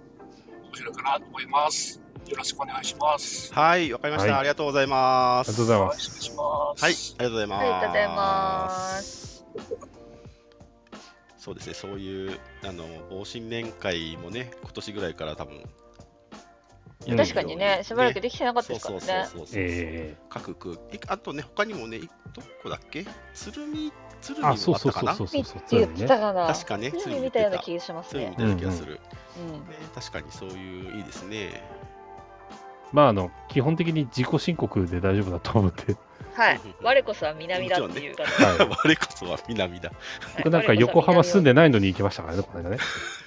D: 白いかなと思います。よろしくお願いします。
B: はい、わかりました、
A: はい
B: ありがとうございます。
A: ありがとうござい
D: お
A: ま
D: 願い
A: す。
D: します。
B: はい、ありがとうございます。
C: ありがとうございます
B: そうですね、そういうあの防震面会もね、今年ぐらいから多分
A: うん
C: 確かにね、しばらくできてなかった
B: そう
C: で
B: そ
C: すか
B: う
C: ら
B: そうそ
C: ね。
B: うそう、
A: え
B: 各区、えあとね、他にもね、いどこだっけ鶴見、鶴
A: え
B: 見もあ
A: あ、
B: っ
A: そうそ
B: た
A: う
B: か
A: そう
B: な
A: そうそうそう。鶴
C: 言っ
A: 見
C: て
A: ね
C: たかな。
B: 確かね、
C: テ
B: 鶴
C: レ
B: 見言
C: ビみ
B: って
C: たいな
B: た
C: 気がします
B: 鶴見み
C: ね。
B: たいな気がする、
C: うん。
B: ね。確かにそういう、いいですね。
A: まあ、あの、基本的に自己申告で大丈夫だと思って。
C: はい。我こそは南だっていう方。
A: はい。
B: 我こそは南だ。
A: 僕なんか横浜住ん
C: で。
A: でないのに行きましたからね、この間ね。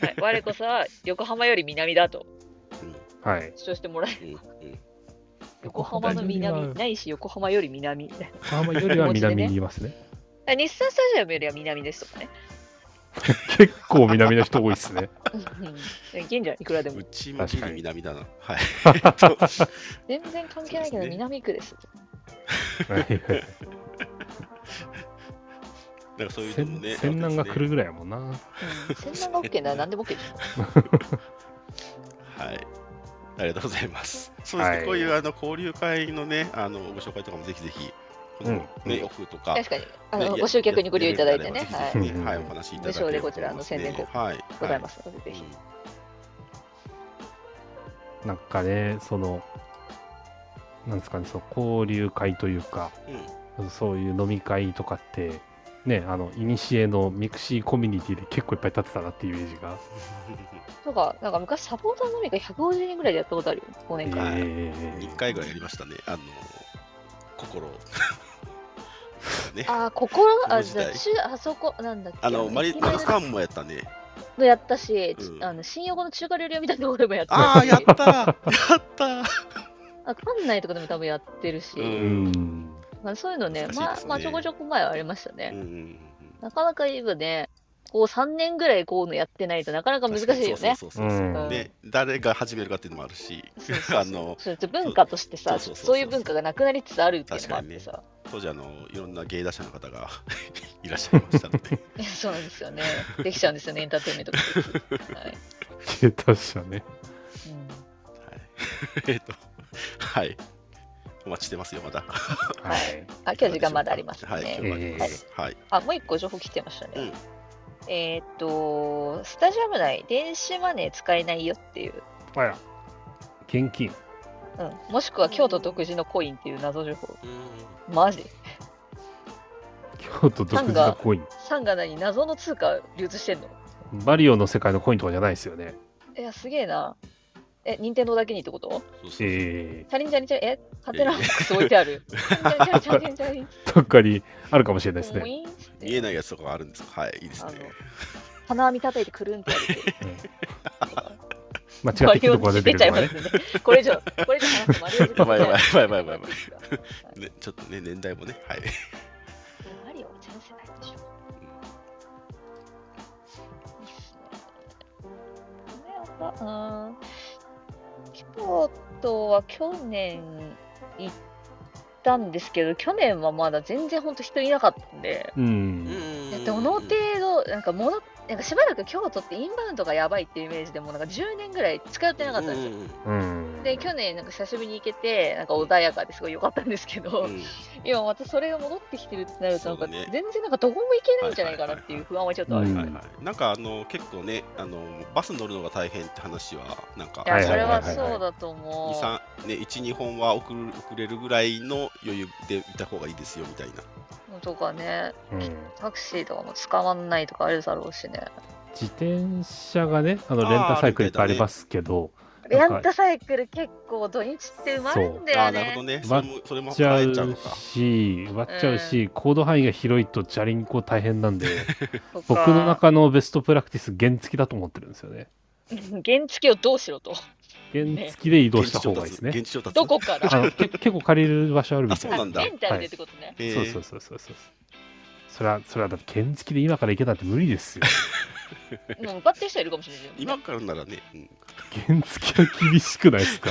C: はい我こそは横浜より南だと
B: う
A: はい。
C: 主張してもらえる。
B: んうんうん
C: 横浜の南、ないし横浜より南。
A: 横浜よりは南にいますね。
C: 日産スタジアムよりは南ですとかね。
A: 結構南の人多いですね。
C: うんいけんじゃん、いくらでも
B: う。ちもギリ南だな。はい。
C: 全然関係な
B: そうで
C: いけ
B: す
C: ど、
B: ね
C: 南区です。
A: はいはい
B: なんかそういうのもね。
A: 戦南が来るぐらいやもんな。
C: うん千南が OK なら何でも OK でしょ。
B: はい。ありがとうございます。そうですね、
A: はい
B: こういうあの交流会のね、あのご紹介とかもぜひぜひ、この、
A: うん
B: ね、オフとか、
C: 確かに、あ
B: ね
C: の
B: や
C: ご集客にご利用いただいてね、
B: や
C: は
B: ればぜひ
C: い、
B: ぜひねはい、お話しいただければ
C: 無償でこちらの宣伝
B: と思いますねはい、
C: ございますので、ぜ
B: はい
C: ひ。
A: なんかね、その、なんですかね、その交流会というか、
B: うんうん
A: そういう飲み会とかって、ね、あの、いにしえのミクシーコミュニティで結構いっぱい立ってたなっていうイメージが。
C: とか、なんか昔サポーターのみが150人ぐらいでやったことあるよ、5年間。
B: はい
A: ええ
B: 一回ぐらいやりましたね、あの、 心を。ね、
C: あー、ここら、あ、
B: そ
C: じ
B: の
C: ゃあ、
B: 時
C: 中あそこ、なんだっけ。
B: あの、マリ
C: 駅
B: あ
C: 前
B: の、
C: の
B: サンもやったね。
C: とやったし、
B: うん
C: あの新横の中華料理屋みたいなところでもやった
B: ああ、
C: し
B: やったや った
C: あ館内とかでも多分やってるし、
B: うん
A: うん。
C: まあ、そういうのね
B: 懐かしい
C: ま
B: です
C: あ
B: ね
C: まあちょこちょこ前はありました
B: うん
C: ね、
B: うんうん
C: なかなか今ねこう3年ぐらいこういうのやってないとなかなか
B: うん。
C: 難しいよね
B: そうそうそうそう
A: うん
B: ね、誰が始めるかっていうのもあるし、
C: そうそうそう
B: あの、
C: そうそう文化としてさ
B: そ
C: そう
B: そう
C: う
B: そうそう
C: いう文化がなくなりつつあるっていうのもあってさ、
B: 当時あのいろんな芸達者の方が いらっしゃいましたの で
C: いやそうなんですよねできちゃうんですよねエンターテインメントが、はい
A: 消えたっしゃね。
C: う ん
B: えっとはいお待ちしてますよまだ
A: はい。
C: あ今日時間まだありますね、
B: はい今日もあります、はい
C: あもう一個情報来てましたね、
B: うん
C: えーっとスタジアム内電子マネー使えないよっていう
A: あら。現金。
C: うん、もしくは京都独自のコインっていう謎情報。
B: う
C: マジ
A: 京都独自のコイン。
C: サンガ何謎の通貨流通してんの
A: マリオの世界のコインとかじゃないですよね。
C: いや、すげえな。え、任天堂だけにってこと
B: んそうそうそう
A: ええ
C: チャリンチャリンチャリン、え、ハテナボックス置いてある。チャリンチャリンチャリンチャリンチャリン
A: どっかにあるかもしれないです
C: ポ
A: ね。
C: インって
B: 見えないやつとかがあるんですかはいいいですね
C: 鼻網叩いてくるんってやるっていう。
A: 間 違ってきたところが出てくるとか
C: マリ
A: ね
C: オ好。き出ちゃいますね。これ以上、これ以上話すとマリオ
B: やばいやば
C: 好き
B: いやばいやばいやばい
C: マ
B: ねちょっとね年代もねはい
C: リオはチャンスないでしょ。いいっすね。これはうん京都は去年行ったんですけど、去年はまだ全然本当人いなかったんで、
A: う。
B: うんん
C: えどの程度、なんか戻っなんかしばらく京都ってインバウンドがやばいっていうイメージでもうなんか10年ぐらい近寄ってなかったんですよ。
A: うん。
C: で去年なんか久しぶりに行けてなんか穏やかですごい良かったんですけど、
B: うんうん
C: 今またそれが戻ってきてるってなるとなんか
B: そうね
C: 全然なんかどこも行けないんじゃないかなっていう不安はちょっとあ
A: う
C: る。
A: ん
B: はいはいなんかあの結構ねあのバス乗るのが大変って話はなんか
C: い
A: はい
C: やそ
A: はい
C: れ
A: はい
C: は
A: はい
C: そうだと思う。
B: 23ね12本は遅る遅れるぐらいの余裕でいた方がいいですよみたいな
C: とかね
A: うん
C: タクシーとかも捕まんないとかあるだろうしね。
A: 自転車がね、あのレンタサイクルいっぱいありますけど、
C: レンタサイクル結構土日ってうまいんだ
B: あ
C: よ
B: ーなるほど
C: ね。
B: ね。それ
A: 割
B: もそれも
A: っちゃ
B: 払えちゃう
A: う
B: のか。
A: し、割っちゃうし、行動範囲が広いとチャリンコ大変なんで、
C: そっか
A: 僕の中のベストプラクティス原付だと思ってるんですよね。
C: 原付をどうしろと。
A: 原付で移動した方がいいですね。
B: 現地調達。
C: どこから。
A: あのけ結構借りる場所あるみ
B: あ
A: た
B: そ
A: いうな
B: なんだ
C: あレンタルでってことね。
B: えー
A: そうそうそうそうそう。それは、それはだって原付で今から行けたって無理ですよ。
C: でもう、バってる人いるかもしれないけどね。
B: 今からならね、うん
A: 原付は厳しくないですか。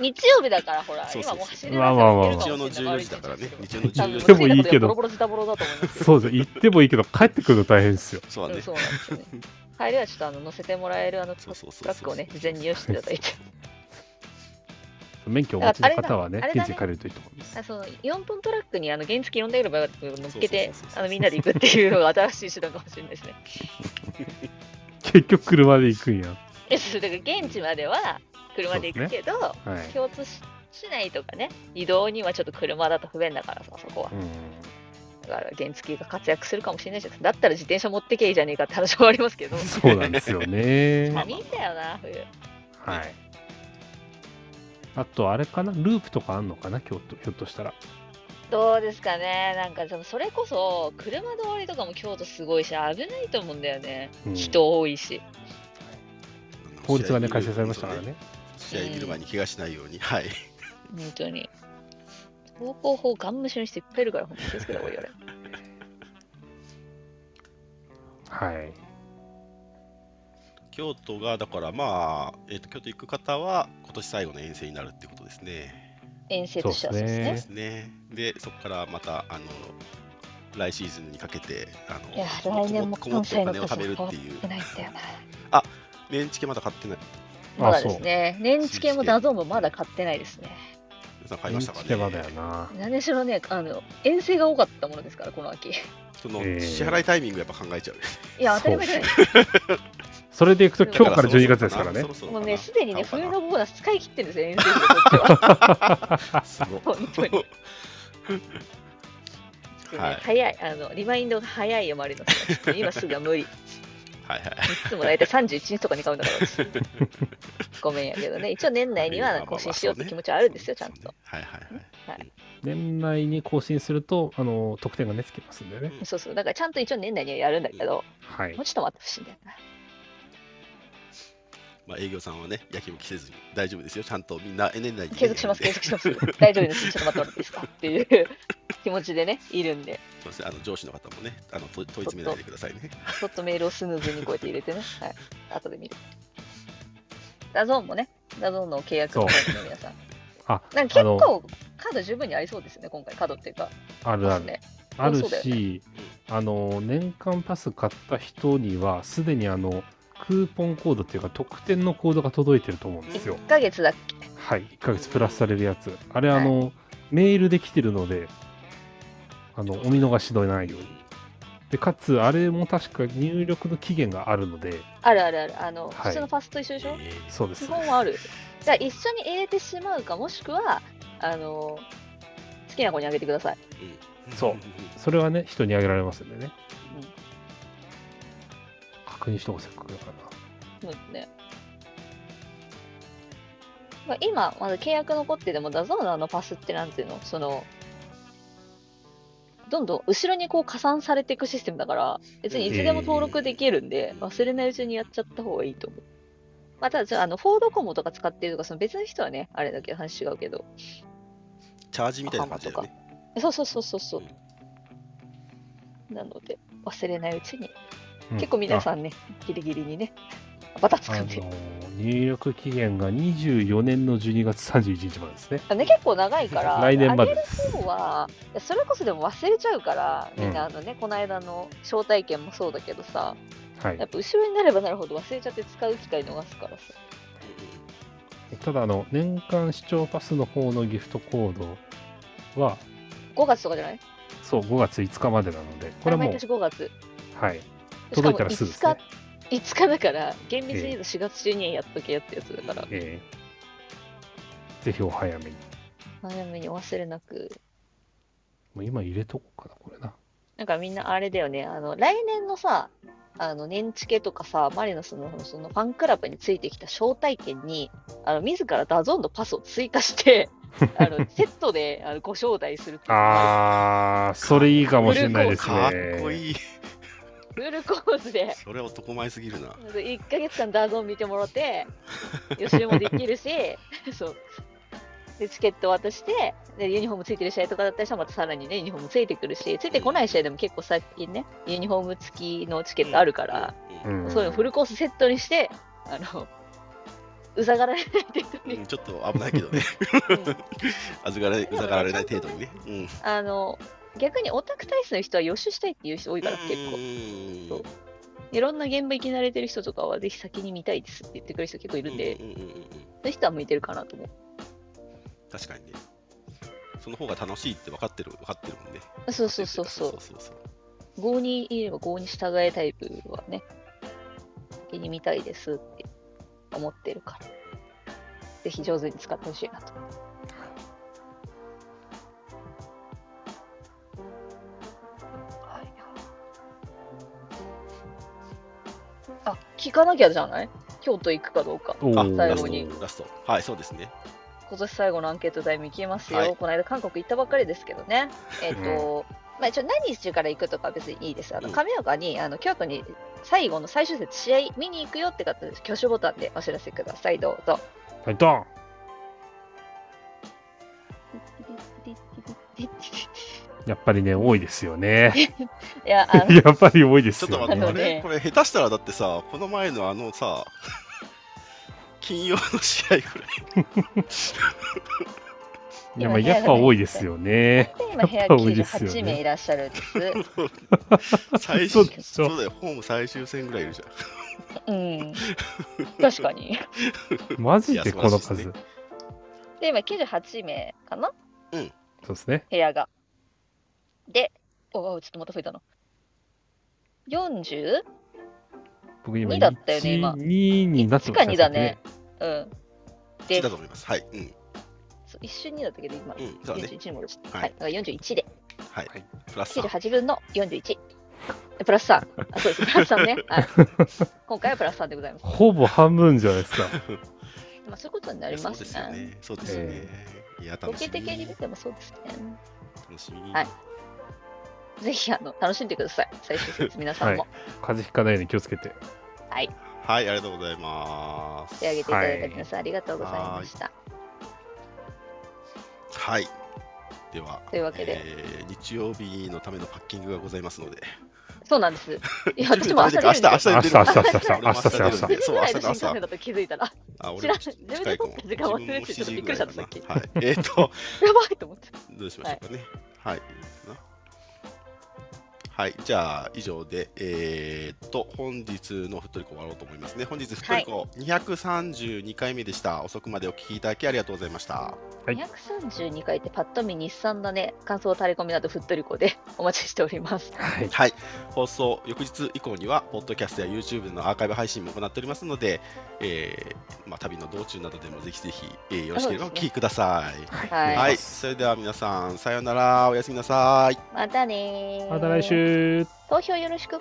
C: 日曜日だから、ほら、
B: そうそ
C: 今
B: うそう
C: もう走れないから行けるか
B: 日曜の
C: もしれな
B: 14
C: い
B: 時だからね。日曜の
C: 悪い
A: 多分
B: 14
A: 14
B: 時
A: で
B: だ
A: もいいけど
C: 多分ボロボロズタボロだと思いますよ。
A: そうです行ってもいいけど、帰ってくるの大変ですよ。
B: そうだ
C: うん
B: ね。
C: そうなんですよね。帰りはちょっとあの乗せてもらえるあのト
B: そうそうそうそう
C: ラックをね、事前に用意していただ いて。
A: 免許をお持ちの方は
C: あ
A: ね、
C: れだ
A: 現
C: あれだね
A: 地で借りるといいと思います
C: あ。その4分トラックにあの原付呼んでくれば乗っけて
B: そうそうそうそう
C: あのみんなで行くっていうのが新しい手段かもしれないですね。
A: 結局車で行くんや。
C: えそうだから現地までは車で行くけど、
A: はい。
C: 共通し市内とかね移動にはちょっと車だと不便だからさそこは
A: う
C: だから原付が活躍するかもしれないじゃんだったら自転車持ってけいいじゃねえかって話はありますけど
A: ん。そうなんですよね。
C: 寒いんだよな冬
A: はい。あと、あれかなループとかあんのかな京都、ひょっとしたら。
C: どうですかねなんかでもそれこそ車通りとかも京都すごいし危ないと思うんだよね、
A: うん
C: 人多いし
A: 法律がね、改正されましたから。ね。
B: 試合見る前に怪我しないように。はい。
C: 本当に投稿法ガン無視の人いっぱいいるから本当に気をつけた方がいいよね
A: はい。
B: 京都がだからまあ、えっと京都行く方は今年最後の遠征になるってことですね。
C: 遠征としてはそうです
A: そう
C: ね
A: で
B: ですね。でそこからまたあの来シーズンにかけてあの
C: いや来年も
B: こも
C: 関
B: ってお
C: 西
B: 金を
C: の価
B: 貯め
C: 値
B: るっ
C: が変わ
B: ていう
C: ってないんだよな
B: 年チケまだ買ってない。
A: あ
C: まだですね。年チケもダゾーンもまだ買ってないですね。
B: 皆さん買いましたかね。
A: 手間だよな。
C: 何しろね、あの、遠征が多かったものですから、この秋。い
B: その
A: えー
B: 支払いタイミングやっぱ考えちゃうね。
C: や、当たり前じゃない
A: それで行くと、今日から12月ですからね
B: そ。ろそろか
C: も
B: な
C: うね、すでにね、
B: 買お
C: 冬
B: うか
C: のボーナス使い切ってるんですよ、遠征費こっちは。
B: なすごい
C: 本当に。ね
B: はい
C: 早い、あの、リマインドが早いよ、マリノスはちょっと今すぐは無理。い
B: はいはい。
C: つも大体31日とかに買うんだから、私ごめんやけどね、一応年内には更新しようって気持ちはあるんですよ、ちゃんと。
B: はいはいはい。
A: 年内に更新すると、あの、得点がね、つきますんでね。
C: そうそう、だからちゃんと一応年内にはやるんだけど、
A: はい
C: もう。ちょっと待ってほしいんだよな。
B: まあ営業さんはね、やきもきせずに大丈夫ですよ。ちゃんとみんな年内にね
C: 継続します、継
B: やるんで
C: 続します。大丈夫です、ちょっと待ってもらっていいですかっていう気持ちでね、いるんで、
B: そうですねあの上司の方もね、あのと問い詰めないでくださいね。
C: ちょっとメールをスムーズにこうやって入れてね、はい、後で見る。ダゾーンもね、ダゾーンの契約の皆さん。
A: あ、
C: なんか結構、カード十分にありそうですね、今回、カードっていうか、
A: あるあ
C: ます
A: る。
C: ね。
A: ある
C: そうだよ
A: し、あの、年間パス買った人には、すでにあの、クーポンコードっていうか、特典のコードが届いてると思うんですよ
C: 1。ヶ月だっけ
A: はい、1ヶ月プラスされるやつ。あれ、あの、メールで来てるので、あの、お見逃しのないように。で、かつ、あれも確か入力の期限があるので、
C: あるあるある、あの、
A: い
C: 普通のパスと一緒でしょ
B: えー
A: そうで
C: 基
A: す。
C: 本はある。じゃあ、一緒に入れてしまうか、もしくは、あの、好きな子にあげてください。
A: そうそれはね、人にあげられますんでね。
C: うん
A: 確認してもせっかくだから。
C: そうですね。まあ、今、まだ契約残ってても、ダゾーナのパスってなんていうのその、どんどん後ろにこう加算されていくシステムだから、別にいつでも登録できるんで、
B: えー
C: 忘れないうちにやっちゃった方がいいと思う。まあ、ただちょ、あの、フォードコモとか使ってるとか、その別の人はね、あれだけど話違うけど。
B: チャージみたいな感じだよね。
C: そうそうそうそうそう。なので、忘れないうちに、
A: う
C: 結構皆
A: ん
C: さんね、ギリギリにね、バタつ
A: あ。あ
C: く
A: の
C: んで。
A: 入力期限が24年の12月31日までですね。
C: あね、結構長いから、
A: 来年まで
C: あげ
A: で
C: る
A: す。
C: 方はいやそれこそでも忘れちゃうから、みんなあのね、この間の招待券もそうだけどさ、
A: はい
C: やっ。ぱ後ろになればなるほど忘れちゃって使う機会逃すからさ。
A: ただ、あの、年間視聴パスの方のギフトコードは、
C: 5月とかじゃない
A: そう、5月5日までなので、これはも
C: 毎
A: う
C: 年、5月。
A: はい。届いたらすぐですね。
C: 5日、5日だから、厳密に言うと4月中にやっとけやってやつだから、
A: えーぜひお早めに。
C: 早めにお忘れなく。
A: もう今入れとこうかな、これな。
C: なんかみんなあれだよね、あの、来年のさ、あの、年チケとかさ、マリノスのそのファンクラブについてきた招待券に、あの、自らダゾーンのパスを追加して、あの、セットであのご招待するっていう
E: あー、それいいかもしれないですね。
B: かっこいい。
C: ルールコースで、
B: それは男前すぎるな。
C: 1ヶ月間ダーゾン見てもらって、予習もできるし、 そう。で、チケット渡して、で、ユニフォームついてる試合とかだったりしたら、またさらにね、ユニフォームついてくるし、ついてこない試合でも結構最近ね、ユニフォーム付きのチケットあるから、
B: うん、
E: ん
C: そういうのフルコースセットにして、あの、うざがられない程度
B: うん
C: に、
B: ちょっと危ないけどね。
C: うん
B: あずがられうざがられない程度にね。うん。
C: あの、逆にオタク体質の人は予習したいっていう人多いから、結構。
B: 結
C: そういろんな現場行き慣れてる人とかは、ぜひ先に見たいですって言ってくる人結構いるんで、
B: うんうんうんうんうん、
C: そういう人は向いてるかなと思う。
B: 確かにね。その方が楽しいって分かってる分かってるもんね。
C: そうそうそうそう
B: 分かってるっていかそうそうそう
C: 郷にいれば郷に従えタイプはね、先に見たいですって思ってるから、ぜひ上手に使ってほしいなと。はいあ、聞かなきゃじゃない京都行くかどうか。
E: お
B: あ
E: ー
C: 最後に
B: ラストラストはいそうですね
C: 今年最後のアンケート題見消えますよ、
B: はい
C: この間韓国行ったばっかりですけどね、えっとまあ、一応何日から行くとか別にいいです、あの
B: うん
C: 亀岡にあの京都に最後の最終節、試合見に行くよって方、挙手ボタンでお知らせください、ど うぞ。
E: はい、ドンやっぱりね、多いですよね。
C: いや、あの
E: やっぱり多いで
B: ち
E: す
B: ょっと
E: よ
B: 待って、
C: あ
B: あ
C: の
E: ね。
B: れ
C: ね
B: これ下手したらだってさこの前のあのさ金曜の試合ぐらい
E: いやまあやっぱ多いですよね。
C: 今、部屋
E: やっぱ多いですよね
C: 98名いらっしゃるんです。
B: 最
E: そう
B: 終
E: でし
B: そ
E: ょ
B: うだよホーム最終戦ぐらいいるじゃ
C: うん、確かに。
E: マジでこの数。
B: いや素晴らしいです
E: そ
B: ね
E: う
C: で、今、98名かな、
E: ですね。
C: 部屋が。で、おお、ちょっとまた増えたの。40?
E: 僕今、
C: 二だったよね今
E: 1、2になって
C: 1
E: ま
C: か
E: した
C: 2だね。。うん。
B: ん
C: で
B: だと思いますはいうん
C: そう一瞬2だったけど、今、
B: うんそうだね
C: 41に戻した。
B: はい
C: はい。だから41で、
B: はい
A: はい
B: プラスさん
C: 98分の41。プラス3。あ、そうです。プラス3ね。はい。今回はプラス3でございます。
E: ほぼ半分じゃないですか。
C: まあ、そういうことになり
B: そ
C: ま
B: う
C: す
B: ですよ
C: ね。
B: ねそうですよね、いや
C: 統
B: 楽
C: 計
B: しみ
C: 的に見てもそうですね。
B: 楽しみ、
C: はいぜひ、あの、楽しんでください。最終節、皆さんも。
E: 風邪ひかないように気をつけて。
B: はいありがとうございます
C: 手を挙げていただいた皆さん、ありがとうございました。
B: はいでは
C: というわけで
B: えー日曜日のためのパッキングがございますので
C: そうなんです。いや、私も朝出るんですよ
B: 明日明日出る
E: 明日明日明日
B: 俺も
E: 明日明日
B: 出るんでそう
C: ぐ
B: 明
C: らい
B: 日
C: の
B: の
C: 新
B: 朝
C: 幹線だと気づいたら、や
B: あ、
C: 知らん
B: 近い
C: 自分で撮った時間忘れてちょっとびっくりしたんです
B: 自分も7時ぐらいかなはい。えっと、
C: ばいと思って。
B: どうしましょうかね。はい。いいですなはい、じゃあ以上で、えーっと、本日のふっとりこ終わろうと思いますね。本日ふっとりこ232回目でした。遅くまでお聞きいただきありがとうございました。
E: はい
C: 232回ってパッと見日産だね感想垂れ込みなどふっとりこでお待ちしております
E: はい。
B: はい、放送翌日以降には、ポッドキャストや YouTube のアーカイブ配信も行っておりますので、えーまあ、旅の道中などでもぜひぜひ、えーよろしければお聞きください。
C: はい、
B: はい、それでは皆さん、さようなら、おやすみなさい。
C: またねー
E: また来週。
C: 投票よろしく